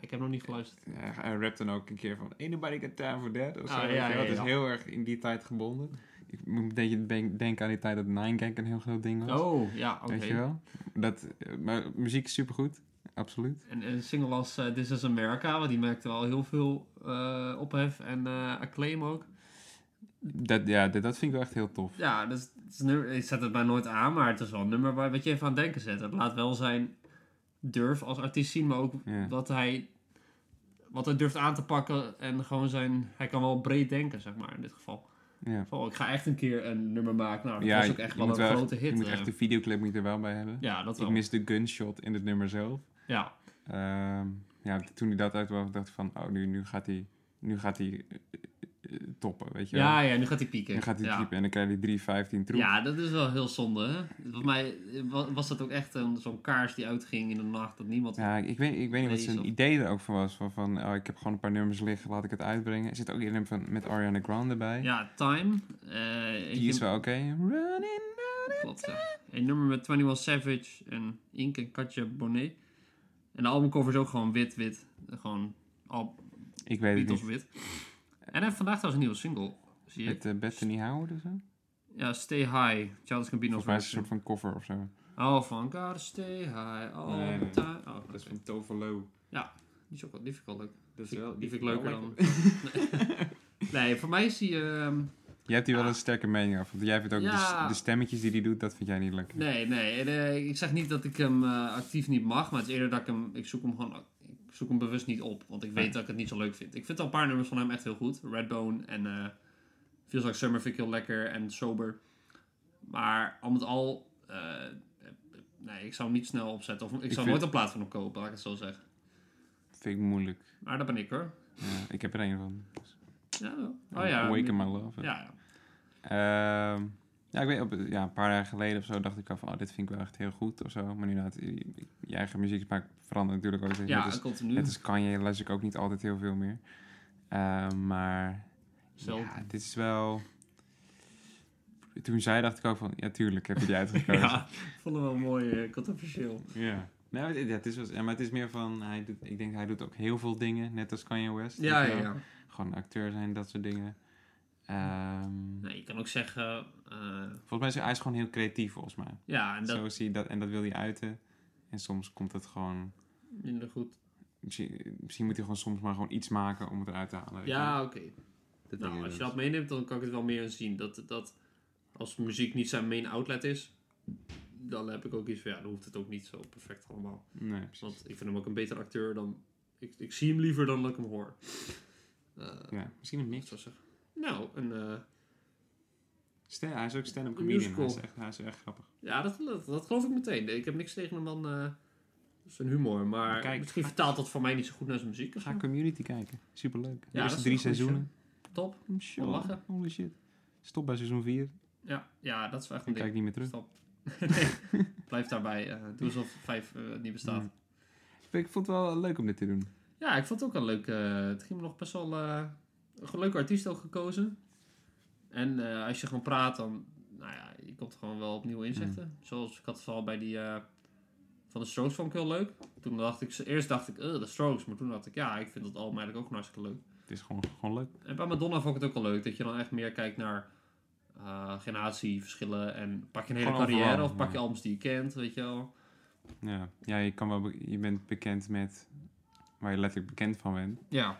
Speaker 2: Ik heb nog niet geluisterd.
Speaker 3: hij, hij rapt dan ook een keer van, ain't nobody got time for that. Of zo,
Speaker 2: Ah, ja,
Speaker 3: weet je wel.
Speaker 2: ja,
Speaker 3: Het is
Speaker 2: ja.
Speaker 3: heel erg in die tijd gebonden.
Speaker 1: Ik moet denk- denk- denken aan die tijd dat Nine Gang een heel groot ding was.
Speaker 2: Oh, ja, oké.
Speaker 1: Weet je wel? Dat, eh, maar muziek is supergoed, absoluut.
Speaker 2: En en een single als eh, This Is America, want die merkte wel heel veel eh, ophef en eh, acclaim ook.
Speaker 1: Dat, ja, dat, dat vind ik wel echt heel tof.
Speaker 2: Ja, dus het is een nummer, ik zet het bij nooit aan, maar het is wel een nummer waar wat je even aan het denken zet. Het laat wel zijn durf als artiest zien, maar ook
Speaker 1: Ja.
Speaker 2: wat hij, wat hij durft aan te pakken en gewoon zijn, hij kan wel breed denken, zeg maar, in dit geval.
Speaker 1: Ja.
Speaker 2: Van, oh, ik ga echt een keer een nummer maken. Nou, dat
Speaker 1: ja,
Speaker 2: was ook echt wel een grote
Speaker 1: echt,
Speaker 2: hit.
Speaker 1: Je moet
Speaker 2: eh.
Speaker 1: echt de videoclip moet je er wel bij hebben.
Speaker 2: ja, dat
Speaker 1: ik
Speaker 2: wel.
Speaker 1: mis de gunshot in het nummer zelf.
Speaker 2: Ja,
Speaker 1: Ehm, ja, toen hij dat uitbracht, dacht ik van, oh, nu, nu gaat hij, nu gaat hij eh, eh, eh, toppen, weet je wel.
Speaker 2: ja, ja, nu gaat hij pieken.
Speaker 1: Dan gaat hij
Speaker 2: ja.
Speaker 1: diepen en dan krijg je die 315 troep.
Speaker 2: Ja, dat is wel heel zonde. Hè? Volgens mij wa- was dat ook echt een- zo'n kaars die uitging in de nacht. Dat niemand.
Speaker 1: Ja, ik weet, ik weet niet wat
Speaker 2: Lees
Speaker 1: zijn
Speaker 2: of-
Speaker 1: idee er ook van was. Van, van oh, ik heb gewoon een paar nummers liggen, laat ik het uitbrengen. Er zit ook in van, met Ariana Grande bij.
Speaker 2: Ja, Time. eh,
Speaker 1: Die is
Speaker 2: eentje-
Speaker 1: wel oké. Running, running.
Speaker 2: Klopt, ja. Een nummer met 21 Savage en Ink en Katja Bonet. En de albumcover is ook gewoon wit, wit. Gewoon al
Speaker 1: Ik weet het
Speaker 2: Beatles
Speaker 1: niet.
Speaker 2: wit. En hij heeft vandaag trouwens een nieuwe single. Zie ik.
Speaker 1: Met eh, Bethany Howard of zo?
Speaker 2: Ja, Stay High. Charles
Speaker 1: Volgens
Speaker 2: Gambino's
Speaker 1: mij is het
Speaker 2: versie.
Speaker 1: een soort van cover of zo.
Speaker 2: Oh, van Gotta Stay High all
Speaker 3: Nee,
Speaker 2: the
Speaker 3: nee.
Speaker 2: time. Oh, oké.
Speaker 3: Dat is van Tovolo.
Speaker 2: Die is ook wel, die vind ik wel leuk.
Speaker 3: Dat is
Speaker 2: Die-
Speaker 3: wel,
Speaker 2: die vind ik leuker
Speaker 3: wel
Speaker 2: dan... nee, voor mij is die... ehm,
Speaker 1: Jij hebt hier wel
Speaker 2: Ah.
Speaker 1: een sterke mening over. Want jij vindt ook de s-
Speaker 2: Ja.
Speaker 1: de, stemmetjes die hij doet, dat vind jij niet lekker.
Speaker 2: Nee, nee. En, eh, ik zeg niet dat ik hem eh, actief niet mag, maar het is eerder dat ik hem, ik zoek hem gewoon, ik zoek hem bewust niet op, want ik weet dat ik het niet zo leuk vind. Ik vind al een paar nummers van hem echt heel goed. Redbone en eh Feels Like Summer vind ik heel lekker en Sober. Maar al met al, eh, nee, ik zou hem niet snel opzetten. Of ik, zou
Speaker 1: vind-
Speaker 2: nooit een plaat van hem kopen, laat ik het zo zeggen.
Speaker 1: Vind ik moeilijk.
Speaker 2: Maar dat ben ik hoor.
Speaker 1: Ja, ik heb er een van.
Speaker 2: Ja, wel. oh ja.
Speaker 1: Awaken
Speaker 2: ja,
Speaker 1: My Love.
Speaker 2: ja.
Speaker 1: Ehm, ja, ik weet, op, ja, een paar jaar geleden of zo dacht ik al van, oh, dit vind ik wel echt heel goed of zo. Maar nu, nou, je, je eigen muzieksmaak verandert natuurlijk ook.
Speaker 2: ja dus
Speaker 1: het, is,
Speaker 2: continu.
Speaker 1: het is Kanye, luister ik ook niet altijd heel veel meer. Ehm, maar
Speaker 2: Zelden.
Speaker 1: ja, dit is wel... Toen zij dacht ik ook van, ja, tuurlijk heb je die uitgekozen. ja.
Speaker 2: ja, ik vond hem wel mooi, eh, controversieel.
Speaker 1: Nee, maar het, ja, het is, wel- ja, maar het is meer van, hij doet, ik denk hij doet ook heel veel dingen, net als Kanye West.
Speaker 2: Ja,
Speaker 1: weet je
Speaker 2: ja,
Speaker 1: wel.
Speaker 2: ja.
Speaker 1: Gewoon acteur zijn, dat soort dingen. Ehm,
Speaker 2: Nee, je kan ook zeggen, eh,
Speaker 1: Volgens mij is hij hij is gewoon heel creatief, volgens mij.
Speaker 2: ja, en dat
Speaker 1: Zo zie je dat en dat wil hij uiten. En soms komt het gewoon.
Speaker 2: minder goed.
Speaker 1: Misschien, misschien moet hij gewoon soms maar gewoon iets maken om het eruit te halen. weet je.
Speaker 2: Ja, oké. Nou,
Speaker 3: dingen
Speaker 2: als je
Speaker 3: dus.
Speaker 2: dat meeneemt, dan kan ik het wel meer in zien. Dat, dat als muziek niet zijn main outlet is, dan heb ik ook iets van ja, dan hoeft het ook niet zo perfect allemaal.
Speaker 1: Nee, precies.
Speaker 2: Want ik vind hem ook een beter acteur dan. Ik, ik zie hem liever dan dat ik hem hoor. Eh,
Speaker 1: Ja, misschien nog
Speaker 2: ik
Speaker 1: niks.
Speaker 2: zou zeggen. Nou, een, eh,
Speaker 1: Stan, hij is ook stand-up
Speaker 2: Een
Speaker 1: comedian. Hij
Speaker 2: musical.
Speaker 1: is, echt, hij is echt grappig.
Speaker 2: ja, dat, dat, dat geloof ik meteen. Ik heb niks tegen hem dan eh, zijn humor, maar
Speaker 1: Kijk,
Speaker 2: misschien
Speaker 1: ga-
Speaker 2: vertaalt dat voor mij niet zo goed naar zijn muziek. of
Speaker 1: Ga
Speaker 2: zo.
Speaker 1: community kijken. Superleuk. De
Speaker 2: dat
Speaker 1: eerste
Speaker 2: is
Speaker 1: drie
Speaker 2: een goeie
Speaker 1: seizoenen.
Speaker 2: Top.
Speaker 1: Mm, sure.
Speaker 2: Wel lachen.
Speaker 1: Holy shit. Stop bij seizoen 4.
Speaker 2: Ja, ja, dat is wel echt een ding.
Speaker 1: Kijk niet meer terug.
Speaker 2: Stop. Nee, blijf daarbij. eh, doe alsof 5 niet bestaat.
Speaker 1: Mm. Ik vond het wel leuk om dit te doen.
Speaker 2: Ja, ik vond het ook wel leuk. eh, het ging me nog best wel... eh, een leuke artiest ook gekozen. En eh, als je gewoon praat, dan... Nou ja, je komt gewoon wel op nieuwe inzichten.
Speaker 1: Mm.
Speaker 2: Zoals ik had het al bij die... eh, van de Strokes vond ik heel leuk. Toen dacht ik... Eerst dacht ik, eh, de Strokes. Maar toen dacht ik, ja, ik vind dat album eigenlijk ook gewoon hartstikke leuk.
Speaker 1: Het is gewoon, gewoon leuk.
Speaker 2: En bij Madonna vond ik het ook wel leuk. Dat je dan echt meer kijkt naar eh, generatieverschillen. En pak je een hele
Speaker 1: Gewoon overal,
Speaker 2: carrière of pak
Speaker 1: ja.
Speaker 2: je albums die je kent, weet je wel.
Speaker 1: Ja, ja je, kan wel, be- je bent bekend met waar je letterlijk bekend van bent.
Speaker 2: Ja,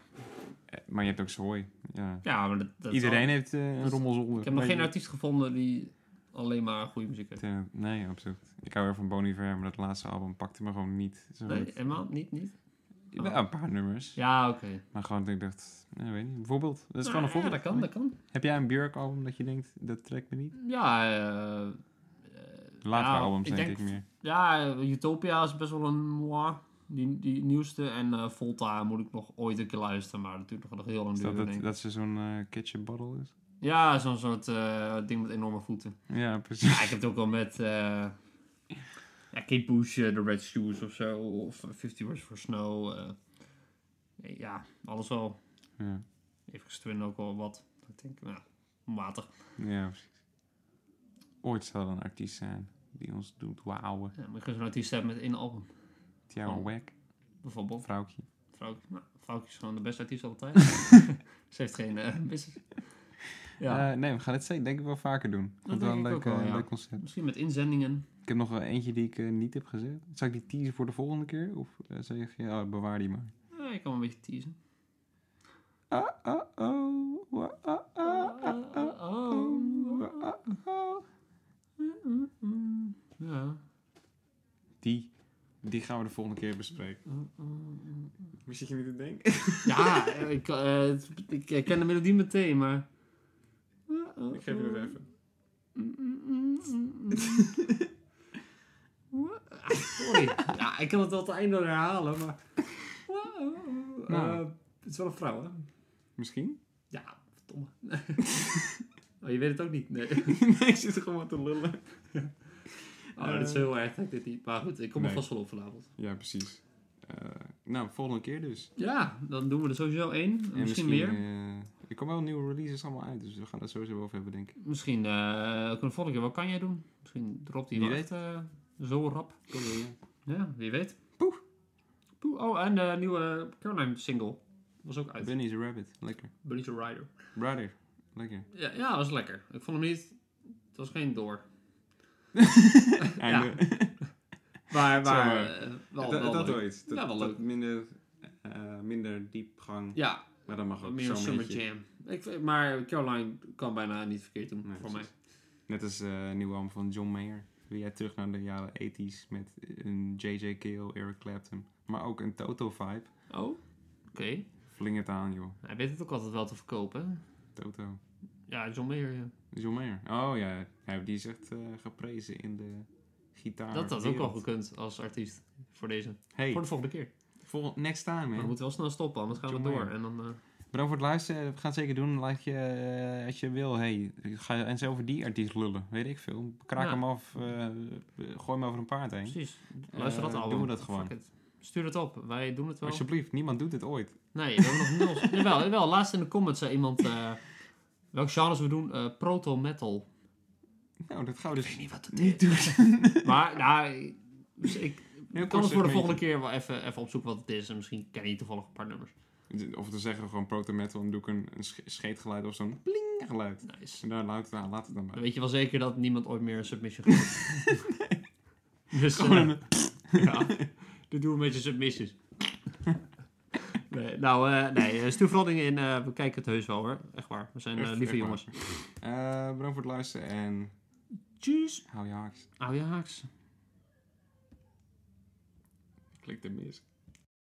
Speaker 1: Eh, Maar je hebt ook zooi. Ja.
Speaker 2: ja maar dat, dat is
Speaker 1: Iedereen
Speaker 2: wel-
Speaker 1: heeft eh,
Speaker 2: dat
Speaker 1: een
Speaker 2: is-
Speaker 1: rommelzolder.
Speaker 2: Ik heb nog
Speaker 1: Weet
Speaker 2: geen
Speaker 1: je.
Speaker 2: artiest gevonden die alleen maar goede muziek heeft.
Speaker 1: Eh, Nee, absoluut. Ik hou weer van Bon Iver, maar dat laatste album pakte me gewoon niet. Zo
Speaker 2: Nee, helemaal niet, niet.
Speaker 1: Ja, Een paar nummers.
Speaker 2: Oh. Ja, oké.
Speaker 1: Maar gewoon, ik dacht, nou, ik weet niet, bijvoorbeeld. Dat is gewoon een
Speaker 2: Nou, Ja,
Speaker 1: voorbeeld.
Speaker 2: dat kan, dat kan.
Speaker 1: Heb jij een Björk-album dat je denkt, dat trekt me niet?
Speaker 2: Ja, eh, eh,
Speaker 1: Latere
Speaker 2: ja,
Speaker 1: albums
Speaker 2: Nou, ik
Speaker 1: denk,
Speaker 2: denk-
Speaker 1: ik meer.
Speaker 2: Ja, Utopia is best wel een moi. Die, die nieuwste. En eh, Volta moet ik nog ooit een keer luisteren. Maar dat duurt nog nog heel lang
Speaker 1: Is dat,
Speaker 2: duur, denk
Speaker 1: dat,
Speaker 2: ik.
Speaker 1: dat ze zo'n eh, ketchup bottle is?
Speaker 2: Ja, zo'n soort eh, ding met enorme voeten.
Speaker 1: Ja, precies.
Speaker 2: Ja, ik heb het ook al met... eh ja, Kate Bush, eh, The Red Shoes of zo. Of eh, Fifty Words for Snow. eh. Nee, ja, alles wel.
Speaker 1: Ja,
Speaker 2: Even Twin ook wel wat. Ik denk, nou, matig.
Speaker 1: ja precies. Ooit zal er een artiest zijn die ons doet wauwen.
Speaker 2: Ja, maar je kunt zo'n artiest hebben met één album.
Speaker 1: Tiara
Speaker 2: Oh.
Speaker 1: Wack,
Speaker 2: Bijvoorbeeld.
Speaker 1: vrouwtje.
Speaker 2: Vrouwtje. Nou, Vrouwtje is gewoon de beste artiest altijd. Ze heeft geen eh, business. Ja.
Speaker 1: Eh, nee, we gaan dit zeker denk ik wel vaker doen. Dat
Speaker 2: denk
Speaker 1: wel een
Speaker 2: ik
Speaker 1: leuk,
Speaker 2: ook wel,
Speaker 1: eh,
Speaker 2: ja.
Speaker 1: leuk concept.
Speaker 2: Misschien met inzendingen.
Speaker 1: Ik heb nog wel eentje die ik eh, niet heb gezet. Zal ik die teasen voor de volgende keer? Of eh, zeg je, oh, bewaar die maar.
Speaker 2: Ja, ik kan wel een beetje teasen.
Speaker 1: Ah, ah, oh, wa- ah, ah, ah, ah, oh, wa- ah, oh.
Speaker 2: Ja.
Speaker 1: Die, die gaan we de volgende keer bespreken.
Speaker 2: Oh,
Speaker 1: Misschien zit je niet te denken?
Speaker 2: Ja, eh, ik, eh, het- ik eh, ken de melodie meteen, maar...
Speaker 1: Ik geef je nog even.
Speaker 2: Ah, Sorry. Ja, ik kan het wel tot het einde herhalen, maar...
Speaker 1: Nou.
Speaker 2: Eh, het is wel een vrouw, hè?
Speaker 1: Misschien?
Speaker 2: Ja, verdomme. oh, je weet het ook niet. Nee.
Speaker 1: nee, ik zit gewoon te lullen. Eh.
Speaker 2: Oh, dit is heel erg dat ik dit niet... Maar goed, ik kom er
Speaker 1: Nee.
Speaker 2: vast wel op vanavond.
Speaker 1: Ja, precies. Eh, nou, volgende keer dus.
Speaker 2: Ja, dan doen we er sowieso één. misschien, meer.
Speaker 1: eh, er komen wel nieuwe releases allemaal uit, dus we gaan daar sowieso wel over hebben, denk ik.
Speaker 2: Misschien eh kunnen we volgende keer wat kan jij doen. Misschien dropt hij
Speaker 1: Wie
Speaker 2: wel
Speaker 1: weet.
Speaker 2: echt eh, zo rap.
Speaker 1: Kom weer, ja.
Speaker 2: Ja, wie weet.
Speaker 1: Poeh.
Speaker 2: Poeh. Oh, en de nieuwe Caroline single. Was ook uit.
Speaker 1: Bunny's a Rabbit, lekker.
Speaker 2: Bunny's a Rider.
Speaker 1: Rider, lekker.
Speaker 2: Ja, ja, was lekker. Ik vond hem niet... Het was geen door.
Speaker 1: Einde.
Speaker 2: Maar, maar...
Speaker 1: maar.
Speaker 2: eh, wel,
Speaker 1: Dat,
Speaker 2: wel
Speaker 1: dat
Speaker 2: leuk.
Speaker 1: wel iets. Dat,
Speaker 2: Ja, wel
Speaker 1: dat
Speaker 2: leuk.
Speaker 1: minder, eh, minder diepgang,
Speaker 2: Ja,
Speaker 1: maar dat mag ook
Speaker 2: meer een
Speaker 1: zo'n
Speaker 2: summer
Speaker 1: beetje.
Speaker 2: jam. Ik, vind- maar Caroline kan bijna niet verkeerd doen,
Speaker 1: Nee,
Speaker 2: voor mij.
Speaker 1: precies. Net als eh een nieuwe album van John Mayer. Wil jij terug naar de jaren 80s met een J.J. Cale, Eric Clapton. Maar ook een Toto-vibe.
Speaker 2: Oh, oké.
Speaker 1: Fling het aan, joh.
Speaker 2: Hij weet het ook altijd wel te verkopen. hè?
Speaker 1: Toto.
Speaker 2: Ja, John Mayer. eh, ja.
Speaker 1: John Mayer. Oh ja, hij, die is echt eh, geprezen in de gitaar.
Speaker 2: Dat had ook wel gekund als artiest voor deze.
Speaker 1: Hey,
Speaker 2: Voor de volgende keer.
Speaker 1: vol- next time,
Speaker 2: Maar we
Speaker 1: man.
Speaker 2: moeten wel snel stoppen, anders gaan we
Speaker 1: John
Speaker 2: door.
Speaker 1: Mayer.
Speaker 2: En dan, eh,
Speaker 1: Bedankt voor het luisteren. We gaan het zeker doen. Laat je, eh, als je wil, hey, ga eens over die artiest lullen. Weet ik veel. Kraak
Speaker 2: Ja.
Speaker 1: hem af. eh, gooi hem over een paard heen.
Speaker 2: precies. Luister dat
Speaker 1: Eh,
Speaker 2: al.
Speaker 1: doen we dat gewoon.
Speaker 2: Stuur het op. Wij doen het wel.
Speaker 1: Alsjeblieft, niemand doet dit ooit.
Speaker 2: Nee, we hebben nog nul. jawel, jawel, laatst in de comments zei iemand... eh welke genres we doen? eh Proto-metal.
Speaker 1: Nou, dat gaan we dus
Speaker 2: niet wat
Speaker 1: niet doen.
Speaker 2: Maar, nou... ik- dus ik
Speaker 1: Heel
Speaker 2: kan
Speaker 1: kort
Speaker 2: het voor de volgende
Speaker 1: segmentje.
Speaker 2: keer wel even, even opzoeken wat het is. En misschien ken je toevallig een paar nummers.
Speaker 1: Of dan zeggen we gewoon proto-metal en doe ik een, een sch- scheetgeluid of zo'n pling geluid.
Speaker 2: Nice.
Speaker 1: En daar laat het, aan, laat het dan
Speaker 2: Dan
Speaker 1: bij.
Speaker 2: weet je wel zeker dat niemand ooit meer een submission geeft. Dus, eh,
Speaker 1: Gewoon een-
Speaker 2: ja, dat doen we met je submissies. Nee, nou, eh, nee, eh, stuur vooral dingen in. eh, we kijken het heus wel hoor. Echt waar. We zijn eh,
Speaker 1: Echt,
Speaker 2: lieve
Speaker 1: echt
Speaker 2: jongens.
Speaker 1: Eh, bedankt voor het luisteren en
Speaker 2: Tjus.
Speaker 1: hou je haaks.
Speaker 2: Hou je haaks.
Speaker 1: Klik de mis.